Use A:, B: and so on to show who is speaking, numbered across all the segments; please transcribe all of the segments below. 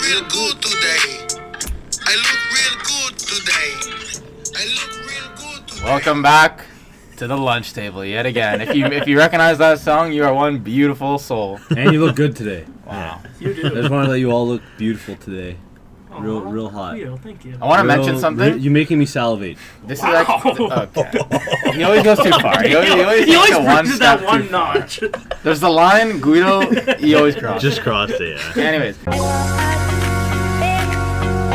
A: real good today. I look real good today. I look real good today.
B: Welcome back to the lunch table yet again. If you if you recognize that song, you are one beautiful soul.
C: And you look good today.
B: Wow.
D: You
C: I just
D: do.
C: want to let you all look beautiful today. real-
D: Aw,
C: real hot.
D: Thank you. Thank you.
B: I want to
C: Real-
B: mention something.
C: re- you're making me salivate.
B: this
D: Wow.
B: is actually okay. He always goes too far. He always, he always
D: he
B: takes
D: always
B: it one
D: brings it that
B: step
D: one
B: too far.
D: notch.
B: There's the line Guido. He always crosses.
E: Just crossed it, yeah.
B: Anyways,
F: I want hot, big. I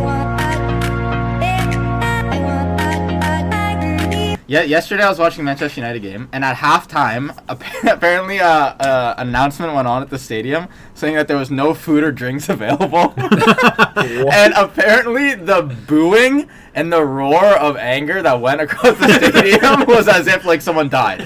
F: want hot, big. I want hot, big. I want hot, hot, hot.
B: yeah, yesterday I was watching the Manchester United game, and at halftime, appa- apparently, uh, uh, announcement went on at the stadium saying that there was no food or drinks available. and apparently, the booing and the roar of anger that went across the stadium was as if like someone died.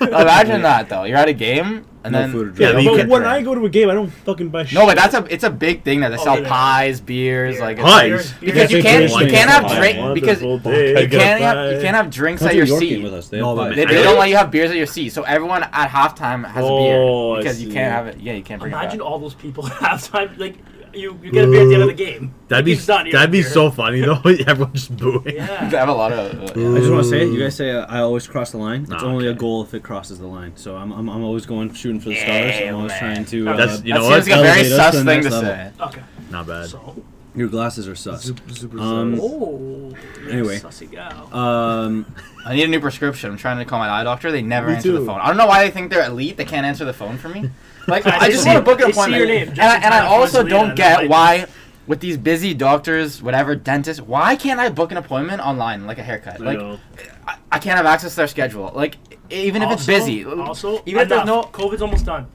B: Imagine that though. You're at a game, and
C: No
B: then
C: food or
E: Yeah, but
B: no
E: you
B: food or
E: can't-
G: But when
B: drink.
G: I go to a game, I don't fucking buy shit.
B: No, but that's a it's a big thing that they sell
D: yeah.
B: pies, beers, like it's-
E: Pies?
B: because you
G: Yeah,
B: can't
G: decoration
B: you can't
G: is
B: have
G: fine.
B: drink because you can't have, you can't have drinks
C: Come
B: at
C: to
B: your
C: York game with
B: seat.
C: us. They
E: No,
C: have
E: but
C: five.
B: They, they
E: Really?
B: don't let you have beers at your seat, so everyone at halftime has
G: Oh,
B: a beer
G: I
B: because you
G: see.
B: can't have it. Yeah, you can't bring
D: Imagine
B: it
D: all those people at halftime. Like you, you get a beer at the end of the game.
E: That'd
D: Like,
E: be
D: it's done, you're
E: that'd be
D: here.
E: so funny though. Everyone just booing.
B: back.
D: Yeah.
B: They have a lot of. Uh,
C: I just want to say, you guys say uh, I always cross the line. It's
E: Nah,
C: only
E: okay.
C: a goal if it crosses the line. So I'm, I'm, I'm always going shooting for the stars.
B: Yeah,
C: I'm always
B: man.
C: trying to. Uh,
E: That's you
B: that
E: know
B: seems like
E: what?
B: a very
C: elevate us
B: sus
C: to the
B: thing to
C: next level.
B: say.
D: Okay.
E: Not bad.
D: So.
C: your glasses are sus. Um,
G: um,
D: Oh.
C: Anyway.
D: Sussy gal.
C: Um,
B: I need a new prescription. I'm trying to call my eye doctor. They never
G: Me
B: answer the
G: too.
B: phone. I don't know why they think they're elite. They can't answer the phone for me. Like
D: Yeah,
B: I
D: they
B: just
D: see-
B: want to book an
D: they see
B: appointment.
D: your name
B: and
D: just
B: I,
D: in
B: and
D: time
B: I
D: for
B: also
D: Angelina,
B: don't
D: and
B: get
D: I'm like-
B: why with these busy doctors, whatever dentists, why can't I book an appointment online like a haircut? Like
D: know.
B: I, I can't have access to their schedule. Like even if it's
D: Also-
B: busy.
D: Also,
B: even if there's no
D: enough. COVID's almost done.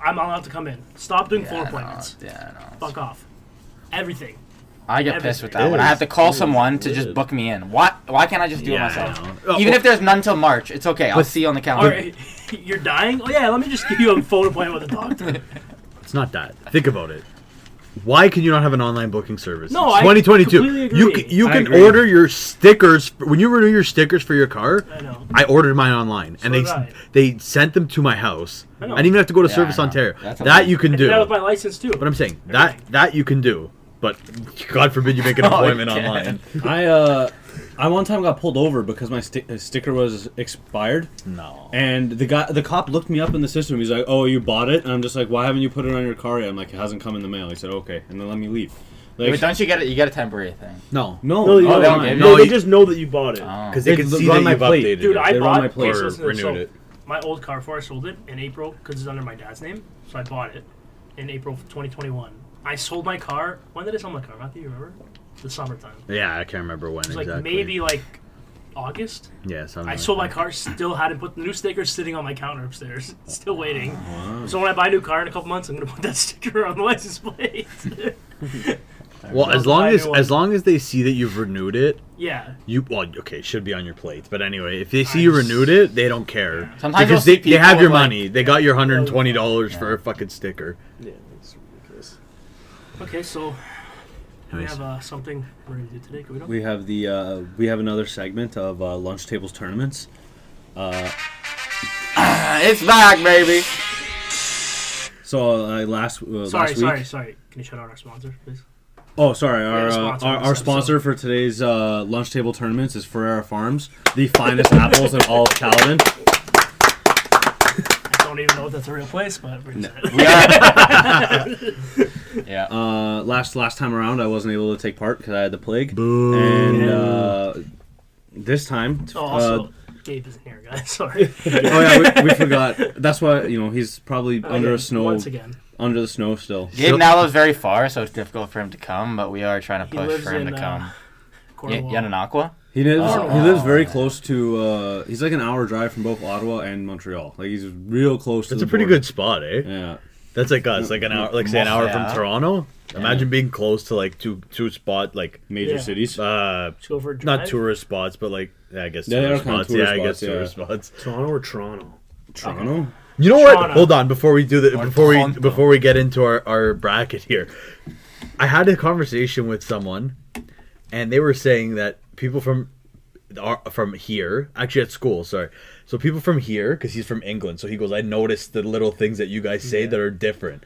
D: I'm not allowed to come in. Stop doing
B: Yeah,
D: floor
B: no,
D: appointments.
B: yeah, no.
D: Fuck off. Everything.
B: I get
D: Everything.
B: pissed with that when I have to call someone to just book me in. Why? Why can't I just do
E: Yeah,
B: it myself?
E: I know.
B: Even if there's none till March, it's okay. I'll see you on the
D: All
B: calendar.
D: right, you're dying. Oh yeah, let me just give you a phone appointment with a doctor.
E: It's not that. Think about it. Why can you not have an online booking service?
D: No,
E: It's
D: I
E: 2022.
D: completely
E: You
D: agree.
E: can, you
C: I
E: can
C: agree.
E: order your stickers when you renew your stickers for your car.
D: I know.
E: I ordered mine online, and they
D: did I.
E: they sent them to my house. I,
D: I know.
E: didn't even have to go to
B: Yeah,
E: Service
B: I know.
E: Ontario.
B: That's
E: that
B: okay.
E: you can
D: I did that
E: do.
D: with my license too.
E: But I'm saying that that you can do. But God forbid you make an
B: Oh,
E: appointment
B: okay.
E: online.
C: I uh, I one time got pulled over because my sti- uh, sticker was expired,
E: No.
C: and the guy, the cop looked me up in the system. He's like, "Oh, you bought it," and I'm just like, "Why haven't you put it on your car yet?" I'm like, "It hasn't come in the mail." He said, "Okay," and then let me leave.
B: Yeah, but
C: Like,
B: don't you get it? You get a temporary thing.
E: No.
C: no,
G: No, they don't.
C: no, no,
B: give
G: no,
E: No,
G: they
E: you-
G: just know that you bought it.
E: Because they
C: It
E: can
C: was
E: see
C: on
E: that
C: my
E: you've
C: plate.
E: updated
D: Dude,
E: it.
D: I
C: Oh. They were on
D: bought
C: my plate.
D: please
E: Or
D: listen to this.
E: renewed it.
D: So, my old car before I sold it in April because it's under my dad's name, so I bought it in April of 2021. I sold my car. When did I sell my car? Matthew, you remember? The summertime. It
E: Yeah, I can't remember when
D: was
E: exactly.
D: like maybe like August.
E: Yeah, something
D: I
E: like
D: sold
E: that.
D: my car, still hadn't put the new sticker sitting on my counter upstairs, still waiting. So when I buy a new car in a couple months, I'm gonna put that sticker on the license plate.
E: Well, as
D: I'll
E: long
D: buy
E: as
D: you one.
E: as long as they see that you've renewed it,
D: yeah,
E: you well, okay, it should be on your plate. But anyway, if they see you renewed it, they don't care
B: Sometimes
E: because
B: you'll
E: they,
B: see
E: they have
B: people
E: your
B: with, like-
E: money. they got your hundred and twenty dollars for a fucking sticker.
G: Yeah, it's ridiculous.
D: Okay, so we
E: Nice.
D: have uh, something we're gonna do today. Can we, not?
C: We have the uh, we have another segment of uh, lunch tables tournaments.
B: Uh, It's back, baby.
C: So uh, last uh,
D: sorry,
C: last week.
D: sorry, sorry. Can you shut out our sponsor, please?
C: Oh, sorry. Our,
D: the
C: uh,
D: sponsor
C: our,
D: of
C: our
D: this
C: sponsor for today's uh, lunch table tournaments is Ferrara Farms, the finest apples in all of Caledon.
D: I don't even know if that's a real place, but we're just
B: We are. yeah.
C: Uh, last last time around, I wasn't able to take part because I had the plague. And uh, this time,
D: Oh,
C: uh,
D: also, Gabe isn't here, guys. Sorry.
C: oh yeah, we, we forgot. That's why you know he's probably under a
D: Again,
C: snow
D: Oh, Once again,
C: under the snow still.
B: Gabe now lives very far, so it's difficult for him to come, but we are trying to
D: He
B: push
D: lives
B: for him
D: in,
B: to
D: uh,
B: come. Y-
D: Cornwall.
B: Yananakwa?
C: He lives
B: Oh,
C: he lives
B: wow.
C: very close to. Uh, he's like an hour drive from both Ottawa and Montreal. Like he's real close. to
E: That's
C: the
E: a pretty
C: border.
E: good spot, eh?
C: Yeah.
E: That's like us, like an hour, like say an hour
B: Yeah.
E: from Toronto. Imagine being close to like two two spot like
C: Major
D: Yeah.
C: cities.
E: uh
D: Let's go for a drive.
E: not tourist spots, but like yeah, I guess
C: Yeah, they
E: tourist
C: are kinda
E: spots.
C: tourist
E: yeah, I guess
C: spots, yeah.
E: tourist spots.
G: Toronto or Toronto?
C: Toronto.
E: You know what?
D: Toronto.
E: Hold on before we do that.
B: Or
E: Before we
B: Toronto.
E: before we get into our our bracket here, I had a conversation with someone, and they were saying that people from are from here actually at school. Sorry, so people from here because he's from England. So he goes, I noticed the little things that you guys say that are different.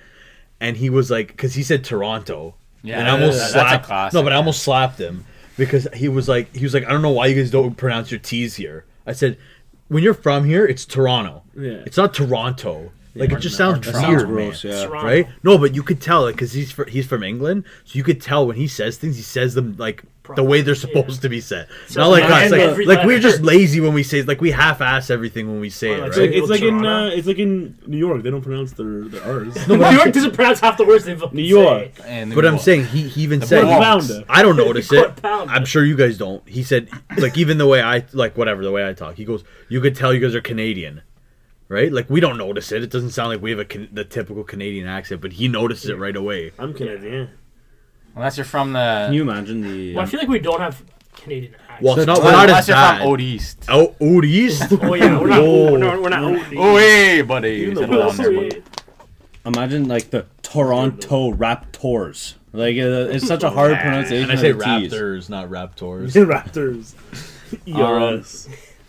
E: and he was like, because he said Toronto,
B: Yeah,
E: and I almost
B: that's a
E: slapped.
B: classic,
E: no, but I
B: yeah.
E: almost slapped him because he was like, he was like, I don't know why you guys don't pronounce your T's here. I said, when you're from here, it's Toronto.
H: Yeah.
E: it's not Toronto. Like it just sounds
B: or
E: weird,
B: Toronto.
E: man.
C: gross, yeah.
D: Toronto.
E: Right? No, but you could tell it because he's fr- he's from England, so you could tell when he says things, he says them like the way they're supposed to be said. Not like
D: like
E: us,
D: every
E: like, like we're
D: letter.
E: just lazy when we say like we half-ass everything when we say
D: Or
E: it,
D: like
H: It's like,
E: right?
H: it's like in uh,
D: Toronto.
H: it's like in New York. They don't pronounce their, their R's.
D: New York doesn't pronounce half the words they fucking
H: New York.
D: say.
B: And
E: But I'm saying he, he even said
B: Bronx.
H: Pounder.
E: I don't notice it.
D: Pound.
E: I'm sure you guys don't. He said like even the way I like whatever the way I talk, he goes, you could tell you guys are Canadian. Right? Like we don't notice it. It doesn't sound like we have a can- the typical Canadian accent, but he notices it right away.
H: I'm Canadian.
B: unless you're from
C: Can
B: the
C: you imagine the?
D: Well, I feel like we don't have Canadian accents.
E: Well, it's not, we're not
B: unless
E: as
B: you're from
E: bad.
B: Old East.
E: Oh, Old East.
D: oh yeah, we're not.
E: Whoa.
D: We're not. We're not
B: Oh hey, buddy.
H: Even the
B: Sit down there, buddy.
H: West-
C: um, imagine like the Toronto Raptors. Like uh, it's such a hard pronunciation.
E: And I say
C: of the T's.
E: Raptors, not Raptors.
H: Raptors. ERS.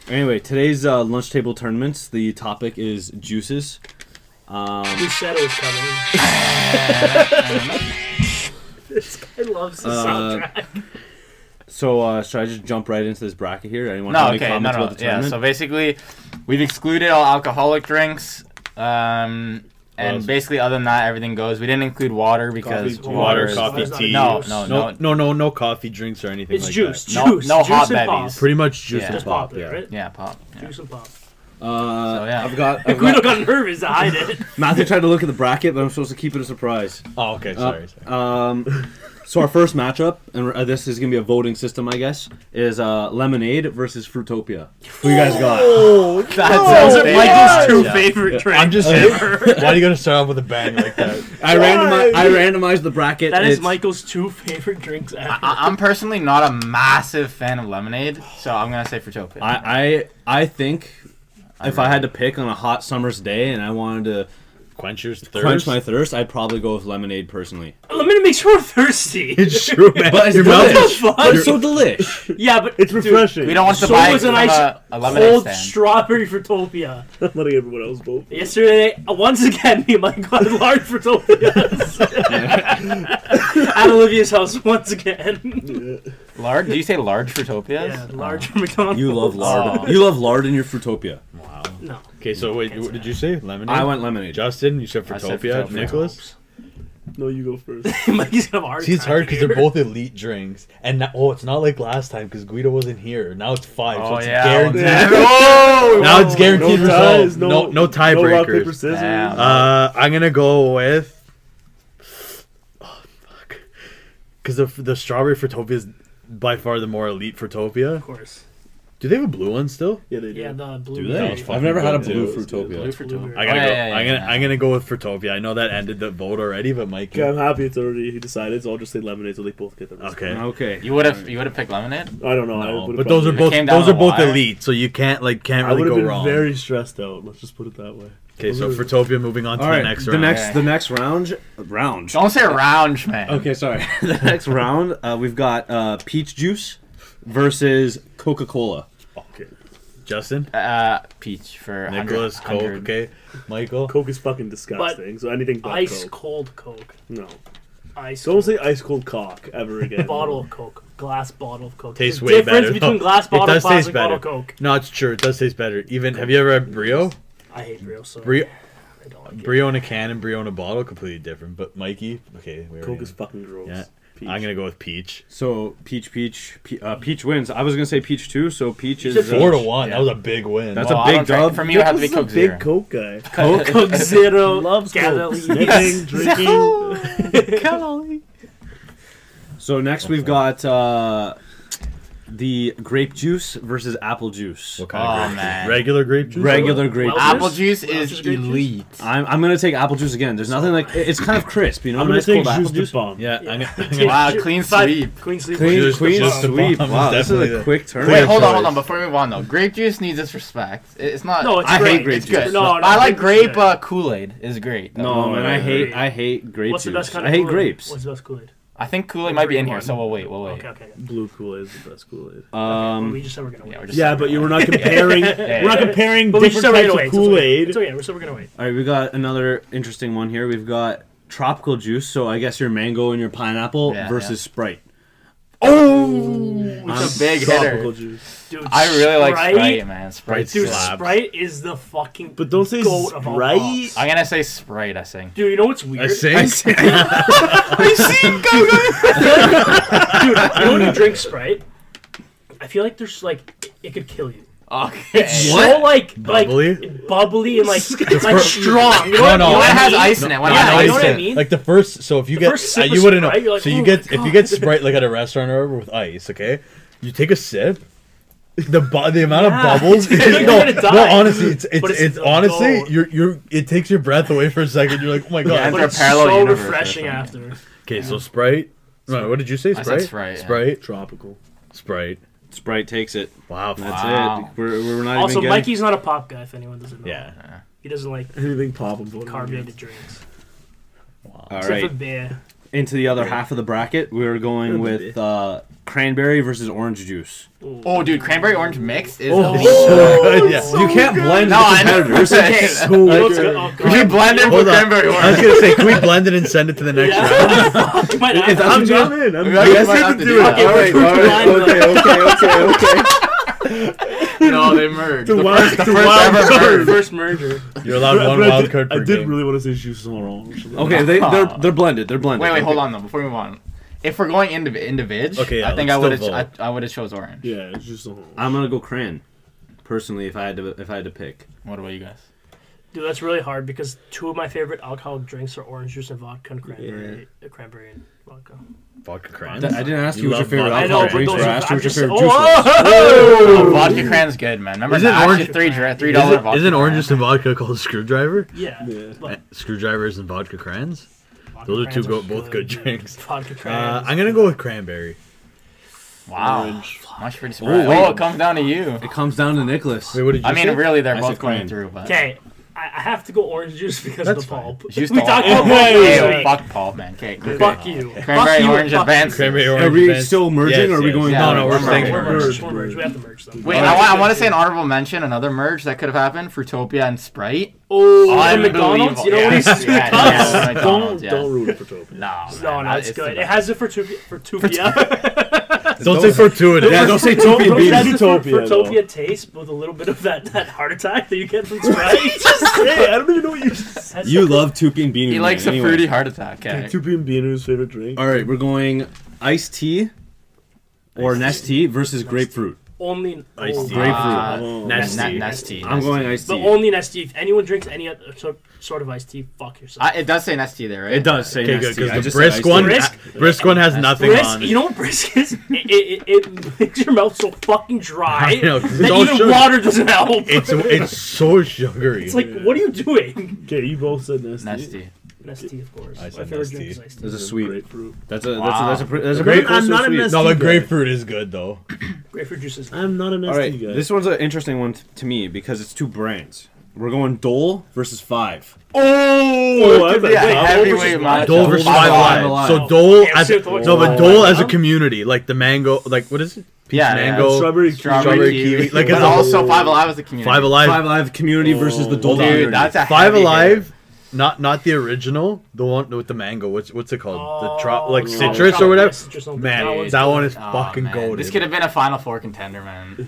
C: Anyway, today's uh, lunch table tournaments. The topic is juices. Um,
D: We said it was coming. this guy loves the
C: Uh,
D: soundtrack.
C: so uh, should I just jump right into this bracket here? Anyone
B: No,
C: have any
B: okay, no,
C: comments
B: no,
C: about the
B: yeah.
C: tournament?
B: So basically, we've excluded all alcoholic drinks, um, and
E: else?
B: basically, other than that, everything goes. We didn't include water because
H: Coffee,
E: water,
B: water, is-
E: coffee,
D: It's not
E: tea.
B: No,
D: juice.
B: no,
E: No,
B: no,
E: no, no, no coffee, drinks, or anything.
D: It's
E: like
D: juice.
E: That.
B: No-
D: juice.
B: no
D: juice
B: hot
D: and pop.
B: bevvies.
E: Pretty much juice
B: Yeah.
E: and
D: Just
E: pop.
D: pop,
E: yeah.
D: there, right?
B: Yeah, pop. Yeah.
D: Juice and pop.
C: Uh,
B: So, yeah.
C: I've got. I've
D: Guido
C: got
D: got nervous to hide it.
C: Matthew tried to look at the bracket, but I'm supposed to keep it a surprise.
E: Oh, okay. Sorry. sorry.
C: Um, so our first matchup, and uh, this is gonna be a voting system, I guess, is uh, Lemonade versus Fruitopia. Who you guys got?
B: That's
D: Those are Michael's two
B: Yeah.
D: favorite drinks.
E: I'm just. why do you gotta start off with a bang like that?
C: I randomized. I randomized the bracket.
D: That is
C: It's-
D: Michael's two favorite drinks ever.
B: I- I'm personally not a massive fan of lemonade, so I'm gonna say Fruitopia.
C: I I I think if I had to pick on a hot summer's day and I wanted to
E: Quench your thirst.
C: quench my thirst, I'd probably go with lemonade personally.
D: Let me make sure we're thirsty.
E: It's true, man.
C: But
E: Your mouth
C: it's
E: is-
C: so but it's so delish.
D: Yeah, but
H: It's
D: dude,
H: refreshing.
B: we don't want to
D: So
B: buy
D: was an
B: from
D: ice
B: a, a lemonade
D: Cold
B: stand.
D: strawberry Fruitopia.
H: I'm letting everyone else vote.
D: Yesterday, uh, once again, me and Michael had large Fruitopias. At Olivia's house once again.
B: large? Do you say large Fruitopias?
D: Yeah, large McDonald's.
C: You love lard.
B: Oh.
C: You love lard in your Fruitopia.
D: No.
E: Okay, so wait, what did you say? Lemonade.
C: I went lemonade.
E: Justin, you said
B: I said
E: Fruitopia.
B: Fruitopia.
E: Nicholas.
H: No, you go first.
D: Mikey's gonna have a hard
E: See, it's
D: time
E: hard because they're
D: here.
E: both elite drinks, and now, oh, it's not like last time because Guido wasn't here. Now it's five, so
B: Oh
E: it's
B: yeah.
E: guaranteed.
B: Oh,
E: Now it's guaranteed
H: no
E: results.
H: ties.
E: No,
H: No,
E: no,
H: No rock paper
E: tiebreakers.
H: scissors.
B: Damn.
E: uh, I'm gonna go with. Oh fuck! Because the the strawberry Fruitopia is by far the more elite Fruitopia.
D: Of course.
E: Do they have a blue one still?
H: Yeah, they do.
D: Yeah, the blue.
C: Do
E: That
C: they?
E: was
C: I've
E: fucking
C: never had a
E: good,
C: blue
H: dude.
C: Fruitopia.
D: Fruitopia.
E: I gotta
B: Oh,
E: go.
B: yeah, yeah, yeah,
E: I'm gonna
B: yeah.
E: I'm gonna go with Fruitopia. I know that ended the vote already, but Mike.
H: Okay, I'm happy it's already he decided, so I'll just say lemonade so they both get the result.
E: Okay.
C: Okay.
B: You would have you would have picked lemonade.
H: I don't know. I
E: No,
H: would've
E: but those are
H: probably-
E: both
B: came down
E: those are
B: the
E: both
B: wire.
E: elite, so you can't like can't
H: I would
E: really go
H: have been
E: wrong.
H: very stressed out. Let's just put it that way.
E: Okay, so Fruitopia moving on to
C: All right.
E: the next
C: the
E: round.
C: next
B: Okay.
C: the next round round.
B: Don't say round, man.
C: Okay, sorry. the next round uh, we've got uh, peach juice versus Coca Cola.
E: Okay. Justin,
B: Uh, peach for 100
E: Nicholas, Coke,
B: 100.
E: okay, Michael.
H: Coke is fucking disgusting. so anything but
D: Ice
H: Coke.
D: cold Coke.
H: No.
D: Ice
H: Don't say ice cold cock ever again.
D: bottle of Coke. Glass bottle of Coke.
E: Tastes
D: the
E: way
D: difference
E: better.
D: between
E: though.
D: glass bottle,
E: it does
D: plastic
E: taste better.
D: bottle Coke.
E: No, it's true. It does taste better. Even have you ever had Brio?
D: I hate Brio so
E: Brio,
D: I don't like it.
E: Brio in a can and Brio in a bottle, completely different. But Mikey, okay, we
H: Coke
E: already
H: is fucking gross.
E: Yeah.
H: Peach.
E: I'm gonna go with Peach.
C: So peach, peach, pe- uh, peach wins. I was gonna say peach too. So peach is
D: said
C: uh,
E: Four to one.
C: yeah.
E: That was a big win.
C: That's
B: Well,
C: a
B: Oh, I
C: big
B: don't drink-
C: dub.
B: For me, it would have to be
H: Nicholas
B: Coke
H: is a big
B: Zero.
H: Coke guy.
C: Coke.
D: Coke Zero
H: Loves Coke.
D: Galileans.
H: Sniffing, drinking.
C: So next we've got uh, the grape juice versus apple juice.
E: What kind
B: Oh,
E: of grape
B: man.
E: juice? Regular grape juice.
C: Regular grape juice.
B: Apple juice
D: Welch's
B: is
D: grape juice?
B: elite.
C: I'm, I'm gonna take apple juice again. There's nothing like it- it's kind of crisp, you know.
H: I'm gonna
C: nice
H: take
C: cold apple
H: juice de bomb.
E: Yeah. I'm gonna- I'm gonna-
B: Wow,
D: Ju-
B: clean
D: five-
B: sweep.
D: Clean sweep.
C: Clean,
E: Just the-
C: clean
E: just the
C: sweep.
E: bomb is
C: Wow, this is
E: definitely
C: a
E: the-
C: quick turn.
B: Wait, hold on,
E: choice.
B: hold on. Before we move on, though, grape juice needs its respect. It- It's not.
D: No, it's
C: I hate
D: great.
C: grape
D: it's
C: juice.
D: Good.
B: No,
D: No, no,
B: I like
D: grape
B: grape
D: juice.
B: uh, Kool Aid is great.
C: No, and I hate
D: wait.
C: I hate grape
D: What's the
C: juice.
D: best kind
C: I
D: of
C: hate
D: Kool-Aid?
C: grapes.
D: What's the best Kool-Aid?
B: I think Kool Aid might be in here, so we'll wait. We'll wait.
D: Okay, okay. okay.
H: Blue Kool Aid is the best Kool Aid.
D: Well,
C: Um,
D: we just said we're gonna wait.
B: Yeah, we're just
H: Yeah, but you were not comparing. We're not
B: yeah.
H: comparing
D: but we just
H: different
D: said we're
H: types
D: gonna
H: of
D: wait.
H: Kool Aid.
D: It's okay. It's okay. We're still we're gonna wait.
C: all right, we got another interesting one here. We've got tropical juice, so I guess your mango and your pineapple
B: Yeah,
C: versus
B: yeah.
C: Sprite.
D: Oh!
C: Um,
B: It's a big
H: Tropical
B: hitter.
H: juice.
D: Dude,
B: I really like
D: Sprite-
B: Sprite, man. Sprite
D: Dude,
B: slaps.
D: Sprite is the fucking
H: But don't say
D: goat of all time.
H: right.
B: I'm gonna say Sprite. I think.
D: Dude, you know what's weird?
E: I sing.
B: I see, go
D: Dude, you know when you drink Sprite, I feel like there's like it could kill you.
B: go. Okay.
D: So like
E: Bubbly?
D: like bubbly and like like strong. You know
E: No,
D: what,
E: no,
D: you know
B: One
D: what I
B: has
D: mean?
B: ice in it. One
D: Yeah,
B: has
D: I
B: ice
D: know what
B: in
D: I
B: it.
D: mean.
E: Like the first, so if you get,
D: first sip
E: uh,
D: of
E: you wouldn't know.
D: Sprite, you're like,
E: so
D: "Oh
E: you
D: my
E: get, if you
D: God."
E: get Sprite like at a restaurant or whatever with ice, okay, you take a sip. The bu- the amount
D: Yeah.
E: of bubbles.
D: You're
E: no,
D: gonna die.
E: no, honestly, it's it's,
D: But
E: it's,
D: it's the
E: honestly,
D: gold.
E: you're you're it takes your breath away for a second. You're like, oh my god.
B: and
D: But
B: they're
D: it's
B: parallel
D: so
B: universes,
D: refreshing
B: right?
D: after.
E: okay, so Sprite. No, what did you say?
B: said
E: Sprite.
B: Sprite, yeah.
E: Sprite.
H: Tropical.
E: Sprite.
C: Sprite takes it.
E: Wow.
C: That's
B: Wow.
C: it. We're, we're not
D: Also,
C: even getting.
D: Mikey's not a pop guy. If anyone doesn't know,
C: Yeah.
D: he doesn't like
H: Anything pop and floating.
D: carbonated drinks.
C: All
D: Except
C: right.
D: for beer.
C: Into the other half of the bracket, we were going with uh, cranberry versus orange juice.
B: Oh, dude, cranberry orange mix is.
E: Oh, it's
B: elite.
E: so good. Yeah.
C: you can't blend
B: No,
C: the
B: I know.
C: competitors.
B: Okay.
E: So
D: You know
E: good.
D: what's good? Oh,
B: Could you
D: God.
B: blend it with
E: Hold on.
B: cranberry
E: I was
B: orange?
E: gonna say, can we blend it and send it to the next round?
D: Yeah. But
H: If
D: after-
H: that's what you got in, I'm
B: We
H: in.
B: actually might have to do that.
D: Okay,
H: Alright,
D: we're
H: alright,
D: combined,
H: okay, okay, okay, okay.
B: No, they merged. The
H: wild-
B: first, the
H: the
B: first
H: wild
B: ever
H: card.
B: merge.
D: First merger.
E: You're allowed one
H: But I
E: wild
H: did-
E: card per
H: I did
E: game.
H: really want to say juice is orange.
C: Okay, they, they're they're blended. They're blended.
B: Ah. Wait, wait,
C: Okay.
B: hold on though. Before we move on, if we're going indiv individ,
E: Okay, yeah,
B: I think I would
E: let's still
B: have I, I would have chose orange.
H: Yeah, it's just orange.
C: I'm gonna go cran. Personally, if I had to, if I had to pick,
B: What about you guys?
D: Dude, that's really hard because two of my favorite alcoholic drinks are orange juice and vodka and cranberry, uh, cranberry and vodka.
E: Vodka cran.
C: I didn't ask you,
E: You
C: what your favorite
E: love vodka.
D: I
E: I
D: know,
C: alcohol
E: know,
C: drinks
D: but those
C: were.
D: are,
C: I asked you
D: I'm
C: what your
D: just,
C: favorite juice was.
D: oh,
B: Oh, vodka cran's good, man. Remember
E: Isn't
B: that?
E: orange-
B: three dra- three dollar vodka.
E: Isn't orange
B: cran.
E: just a vodka called screwdriver? Uh,
D: yeah. but
E: Screwdrivers and vodka crans.
D: vodka
E: Those are two
D: crans
E: go- both good
D: dude.
E: drinks.
D: Vodka
E: Uh,
D: crans.
E: I'm gonna go with cranberry.
B: Wow, much pretty surprised.
C: Oh,
B: Oh,
C: wait.
B: it comes down to you.
C: It comes down to Nicholas.
E: Wait, what did you
B: I mean,
E: say?
B: really, they're
C: I
B: both
C: said
B: going
C: cran.
B: through, but
D: Okay, I, I have to go orange juice because
E: That's
D: of the pulp.
B: Juice
D: we
B: to
D: talked
B: all-
D: about pulp
B: Ew,
D: last week.
B: fuck Paul, man. Okay, okay.
D: Fuck you.
B: Cranberry
D: fuck
B: orange
D: you and fuck you.
B: advance.
E: Cranberry orange.
C: Are we
E: Vans.
C: still merging, or are we going
B: Yeah,
E: No, no, we're
B: we're
E: staying.
B: merging.
D: We're merged.
E: merged.
D: We're merged. We have to merge them.
B: Wait, I, wa- I want to say an honorable mention, another merge that could have happened: Fruitopia and Sprite.
D: Oh, from McDonald's. You know what
B: Yes, yes,
D: he's doing?
B: yes,
H: Don't,
B: McDonald's, yes.
H: don't ruin it for Toby.
B: No,
D: No,
B: man,
D: no,
B: that-
D: it's
B: the
D: good. It
B: best.
D: has it for two for Tupia.
E: Don't say fortuitous.
C: Yeah, don't say Toby and
D: It
C: Beans.
D: has it for
H: Utopia, though.
D: Topia taste with a little bit of that, that heart attack that you get from Sprite.
H: hey, I don't even know what you just said.
C: You love Tupi and Beanie.
B: He
C: Man,
B: likes
C: anyway.
B: a fruity heart attack. Okay.
H: Two being Beaner's favorite drink.
C: All right, we're going iced tea or Nest tea versus grapefruit.
D: only in-
E: Iced
D: oh,
E: tea.
D: wow.
C: Grapefruit.
B: Uh,
H: Oh.
B: Nest-
D: Nesty.
B: Nest- Nesty.
C: I'm going iced
D: But
C: tea.
D: only in iced tea. If anyone drinks any other sort, sort of iced tea, fuck yourself.
B: Uh, it does say Nesty there, right?
C: it does say
E: Okay,
C: Nest
E: good
C: tea. I
E: because
C: just
E: the
C: said iced
E: brisk
C: tea.
E: one,
D: Brisk?
E: brisk one has nothing
D: Brisk,
E: on. it.
D: you know what brisk is? It, it, it, it makes your mouth so fucking dry
E: I know, 'cause it's
D: that
E: all
D: even
E: sugar.
D: water doesn't help. It's,
E: it's it's so sugary.
D: like, what are you doing?
H: Okay, you both said nasty.
B: Nesty.
D: Iced tea, of course.
E: I
D: My
E: said
D: favorite
E: iced
D: drink
E: tea.
D: is iced tea.
C: There's a sweet.
H: Grapefruit.
C: That's a that's
B: Wow.
C: a that's a pre- that's a
E: Great-
C: pretty close
H: I'm
C: to
H: not a
C: sweet.
H: Nest-
E: no, the
H: guy.
E: grapefruit is good though.
D: Grapefruit juice is
H: I'm not a
C: All
H: nasty
C: right,
H: guy.
C: this one's an interesting one t- to me because it's two brands. We're going Dole versus Five.
H: oh, I
B: Could be
H: bet
B: a
H: that-
B: heavyweight match.
E: Dole versus
B: Five
E: Five
B: Live.
E: Live. So
D: Live.
E: Dole,
D: Yeah,
E: as,
D: so
E: no,
D: it's always
E: but
D: Five
E: Dole
D: Live.
E: as a community, like the mango, like what is it? Peach
B: Yeah, yeah.
E: mango,
H: Strawberry kiwi.
E: strawberry kiwi, like it's
B: but
E: all
B: also Five Alive was a community.
E: Five Alive.
C: Five Live community versus the Dole.
B: Dude,
C: community.
B: that's a
E: Five
B: heavy
E: Alive, not not the original, the one with the mango. What's what's it called? the trop like Oh, citrus or whatever. Man, that,
D: Man,
E: one is
B: hitter. Aw,
E: fucking
B: Oh, man.
E: golden.
B: This could have been a Final Four contender, man.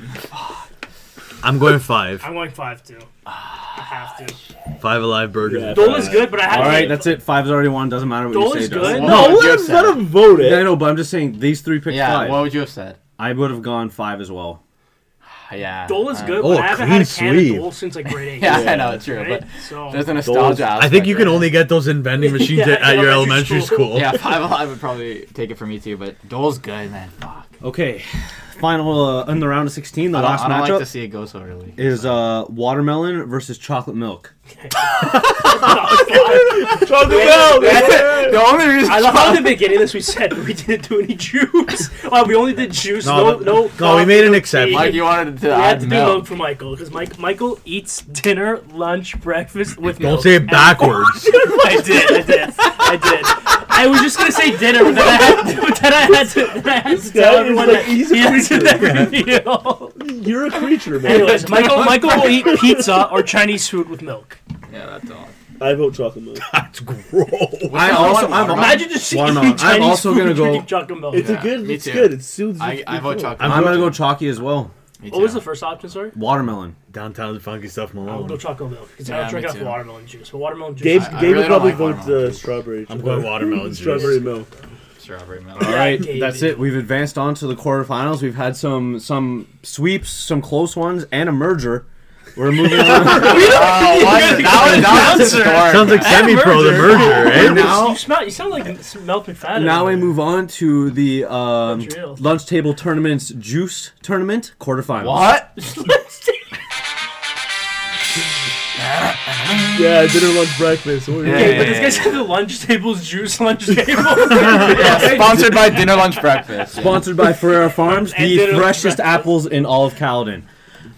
E: I'm going five.
D: I'm going five two. I have to.
E: Five Alive burger.
H: Yeah.
D: Ah, Dole is good, but I have
C: All
D: to.
C: right, that's it. Five's already won. Doesn't matter what
D: Dole
C: you
D: is
C: say. Dole.
D: good.
B: What
H: No,
B: would you
H: let
B: have
H: him,
B: said?
H: let him vote
C: Yeah, I
H: it.
C: know, but I'm just saying these three pick
B: Yeah,
C: five.
B: what would you have said?
C: I would have gone five as well.
B: Yeah.
D: Dole is
B: uh,
D: good,
E: Oh,
D: but I haven't had a
E: clean
D: can of
E: sleeve.
D: Dole since like grade eight.
B: Yeah, I know, it's true,
D: Right?
B: but
D: So
B: there's a nostalgia
E: I think you can only get those in vending machines
D: Yeah,
E: at, at your elementary school.
B: Yeah, Five Alive would probably take it from me too, but Dole's good, man. Fuck.
C: Okay, final uh, in the round of 16. The
B: I
C: last
B: don't, I don't
C: matchup
B: like to see it go so early.
C: is uh, watermelon versus chocolate milk.
H: Chocolate milk.
B: the only reason
D: I love how in the beginning of this we said we didn't do any juice. well, we only did juice. No,
E: No,
D: no,
E: no, no, we made an exception.
B: Mike, you wanted to
D: We had
B: add
D: to do
B: milk.
D: milk for Michael because Mike Michael eats dinner, lunch, breakfast with milk.
E: Don't say it
D: And-
E: backwards.
D: I did, I did, I did. I was just gonna say dinner, but then I had to, but then I had to, then I had to tell
H: guy is
D: everyone
H: like,
D: that
H: he's
D: he has to never meal.
H: You're a creature, man.
D: Anyways, Michael Michael will eat pizza or Chinese food with milk.
B: yeah, that's all.
H: I vote chocolate milk.
E: That's gross.
B: I also, I'm also,
D: Imagine just seeing
C: Watermelon.
D: Chinese
C: I'm also
D: food
C: gonna go-
D: drinking chocolate milk.
H: It's
B: Yeah,
H: a good.
B: me
H: It's
B: too.
H: good. It soothes.
B: I,
H: you
B: I vote chocolate.
C: I'm, gonna go chalky as well.
B: Me
D: What was
B: too.
D: the first option, sorry?
C: Watermelon.
E: Downtown's funky stuff,
D: I'll go
E: Malone.
D: chocolate milk because
B: Yeah,
D: I don't drink
B: me
D: enough
B: too.
D: watermelon juice. But watermelon juice.
H: Gabe,
D: is-
B: I
H: Gabe
B: really
H: would
B: don't
H: probably
B: like
H: vote
B: watermelon
H: uh,
B: juice.
H: strawberry.
E: I'm going watermelon juice.
H: Strawberry milk.
B: Strawberry milk.
C: All right,
D: Gabe.
C: that's it. We've advanced on to the quarterfinals. We've had some some sweeps, some close ones, and a merger. We're moving on.
B: Uh, what? That was- that was a storm.
E: Sounds like semi-pro the merger, eh?
C: And now-
D: you, smell, you sound like Mel McFadden.
C: now we move on to the um,
D: Montreal.
C: lunch table tournament's juice tournament quarterfinals.
B: What?
H: Yeah, dinner, lunch, breakfast. What are you-
B: Yeah.
D: Okay, but this guy said the lunch table's juice lunch table.
B: Yeah, sponsored by dinner, lunch, breakfast. Yeah.
C: Sponsored by Ferrera Farms,
D: And
C: the
D: dinner with
C: freshest
D: breakfast.
C: apples in all of Caledon.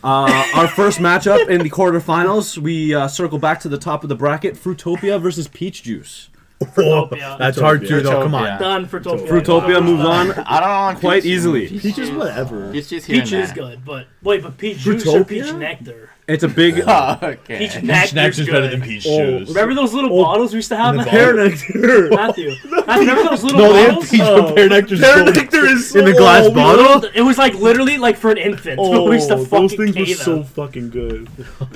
C: Uh, our first matchup in the quarterfinals, we uh, circle back to the top of the bracket: Fruitopia versus Peach Juice.
D: Fruitopia.
E: That's hard too, though. Come on.
D: Done for Fruitopia.
C: Fruitopia moves on
B: I don't know. on
C: quite
B: peach-
C: easily.
H: Peaches, whatever.
B: It's just here
D: Peach
B: and
D: is
B: there.
D: good, but wait, but peach juice or peach
H: Fruitopia?
D: nectar?
C: It's a big
B: Oh, okay.
D: Peach nectar's,
E: Snacks is
D: good.
E: better than peach
H: Oh,
E: juice.
D: Remember those little bottles we used to have?
E: Pear
D: nectar. Matthew. Matthew, remember those little
E: No, they have
D: bottles? Oh,
E: peach
H: Oh.
E: oh. pear nectar's so-
H: is
E: in the glass bottle.
D: It was like literally like for an infant.
H: Oh,
D: we used to fucking
H: those things were
D: K
H: so
D: them.
H: fucking good.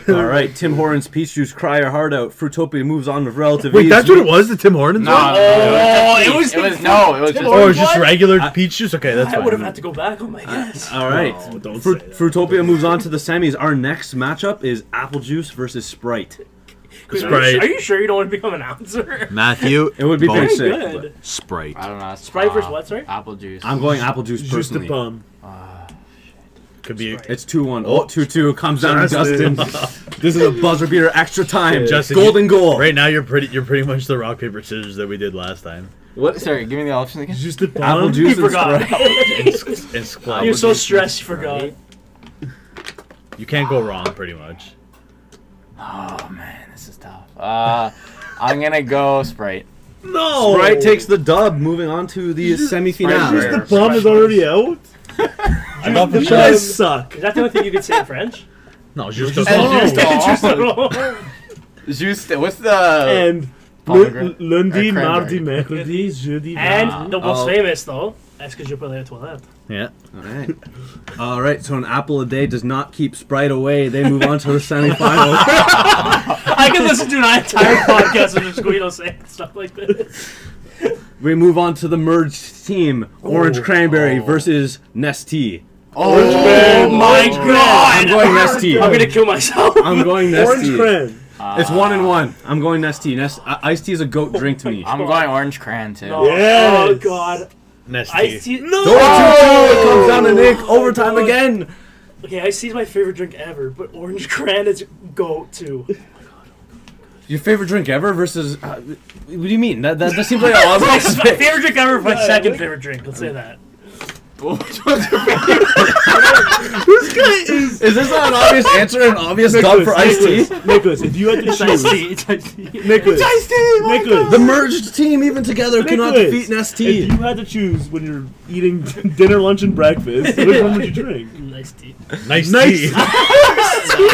C: All right, Tim Horan's Peach Juice, cry your heart out. Fruitopia moves on with relative
E: Wait,
C: ease.
E: that's what it was. The Tim Hortons.
B: No, no,
E: one?
B: no,
D: Oh, it was
B: It
D: the
B: was no. It was just.
E: Oh, it's just
D: What?
E: regular peach juice. Okay, that's
D: I would have
E: fine.
D: had to go back on my
B: Uh,
D: guess.
C: All right.
H: Oh, don't
C: Fruit-
H: say that.
C: Fruitopia moves on to the semis. Our next matchup is Apple Juice versus Sprite.
D: Wait, Are,
E: Sprite.
D: you, are you sure you don't want to become an announcer?
E: Matthew.
C: It would be
E: Very
C: big
D: Very
C: sick.
D: good.
E: Sprite.
B: I don't know.
D: Sprite
B: uh,
D: versus what, sorry?
B: Apple juice.
C: I'm going Apple Juice
H: Juice the
C: personally.
H: pump.
E: Could be
C: It's 2 1. Oh, 2 2. Comes down to Justin.
H: Justin.
C: this is a buzzer beater. Extra time.
E: Justin,
C: Golden
E: you-
C: goal.
E: Right now, you're pretty. You're pretty much the rock paper scissors that we did last time.
B: What? Sorry, give me the options again.
H: Juice the pump.
C: Apple
D: You
C: Juice and
D: forgot.
C: Sprite.
E: And squabble.
D: You're so stressed you forgot.
E: You can't go wrong, pretty much.
B: Oh man, this is tough. Uh, I'm gonna go Sprite.
E: No.
C: Sprite takes the dub. Moving on to the
B: Sprite
C: semifinal.
B: versus-
H: The pump is already out.
E: I love the
H: You guys suck.
D: Is that the only thing you could say in French? Oh,
E: No, just the
B: Oh.
E: pump.
D: Just a little-
B: Juice. What's the?
H: And
B: Pomegranate.
H: lundi,
B: Or
H: mardi,
B: cranberry.
H: mercredi, jeudi,
D: and the most
C: Oh.
D: famous though, est-ce que je peux aller à la toilette?
E: Yeah.
C: All right. All right. So an apple a day does not keep Sprite away. They move on to the semifinals.
D: I could listen to an entire podcast of just Guido saying stuff like this.
C: We move on to the merged team, Orange Cranberry
B: Oh.
C: versus Nestea.
B: oh
D: my god!
C: I'm going Nestea.
D: I'm Oh, gonna kill myself.
C: I'm going
H: Orange
C: Nestea.
H: cran.
C: It's one and one. I'm going Nestea. Nest- uh, iced tea is a goat drink to me.
B: I'm going orange cran too.
D: Oh,
H: Yes.
D: Oh god.
E: Nesty.
D: I see No
C: It comes down to Nick. Overtime again.
D: Okay, I see my favorite drink ever, but orange cran is go to.
C: Your favorite drink ever versus? Uh, what do you mean? That, that, that seems like a lot
D: This is
C: of
D: my favorite drink ever, my second favorite drink. Let's say that.
C: Is this not an obvious answer? and An obvious dub for iced tea?
H: Nicholas, Nicholas, if you had to
D: It's iced
H: choose,
D: tea. It's iced tea.
H: Nicholas,
C: The
H: Nicholas,
C: merged team, even together, cannot
H: Nicholas,
C: defeat Nestea.
H: if you had to choose when you're eating dinner, lunch, and breakfast, which one would you drink?
D: Iced tea.
E: nice.
H: Nice.
E: tea.
D: Iced tea.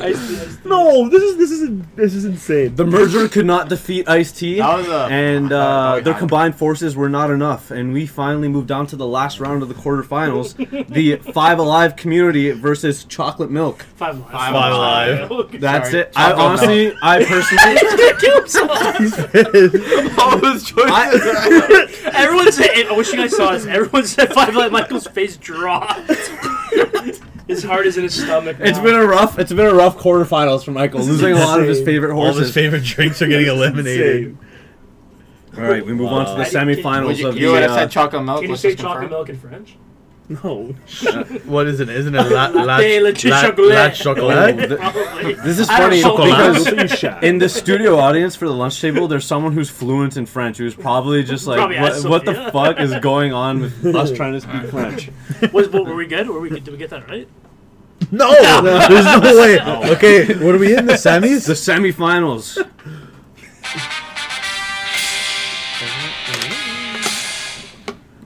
D: iced tea.
H: No, this is this is this is insane.
C: The merger could not defeat Ice T,
B: That was a-
C: and
B: that
C: uh,
B: was
C: their
B: hard.
C: combined forces were not enough. And we finally moved down to the last round of the quarterfinals: the Five Alive community versus Chocolate Milk.
D: Five lives.
B: Five
E: lives.
C: That's
B: Sorry,
C: it. I
B: Chocolate
C: honestly, I personally, I,
D: Everyone said, and I wish you guys saw this. Everyone said Five Light Michael's face dropped. his heart is in his stomach.
C: it's
D: now.
C: been a rough, it's been a rough quarterfinals for Michael, losing a lot of his
H: insane.
C: favorite
E: All of his
C: horses.
E: favorite drinks are getting eliminated.
H: Insane.
C: All right, we move on to the
D: Wow.
C: semifinals
B: Would you
C: of
B: you
C: the.
B: would have
C: uh,
B: said chocolate milk.
D: Can you
B: was
D: say
B: just
D: chocolate
B: confirmed.
D: milk in French?
H: No,
E: What is it? Isn't it la, la, la,
D: Latte,
E: la,
D: le chocolat.
E: chocolat?
D: Probably.
C: uh, this is
D: I don't
C: funny
D: know.
C: because
H: you shot.
C: in the studio audience for the lunch table, there's someone who's fluent in French who's probably just like,
D: Probably
C: what,
D: has
C: what the
D: some- yeah."
C: fuck is going on with us trying to speak French?
D: Was, what, were we good? Were we good? Did we get that right?
E: No, there's no way. Okay, what are we in the semis?
C: The semifinals.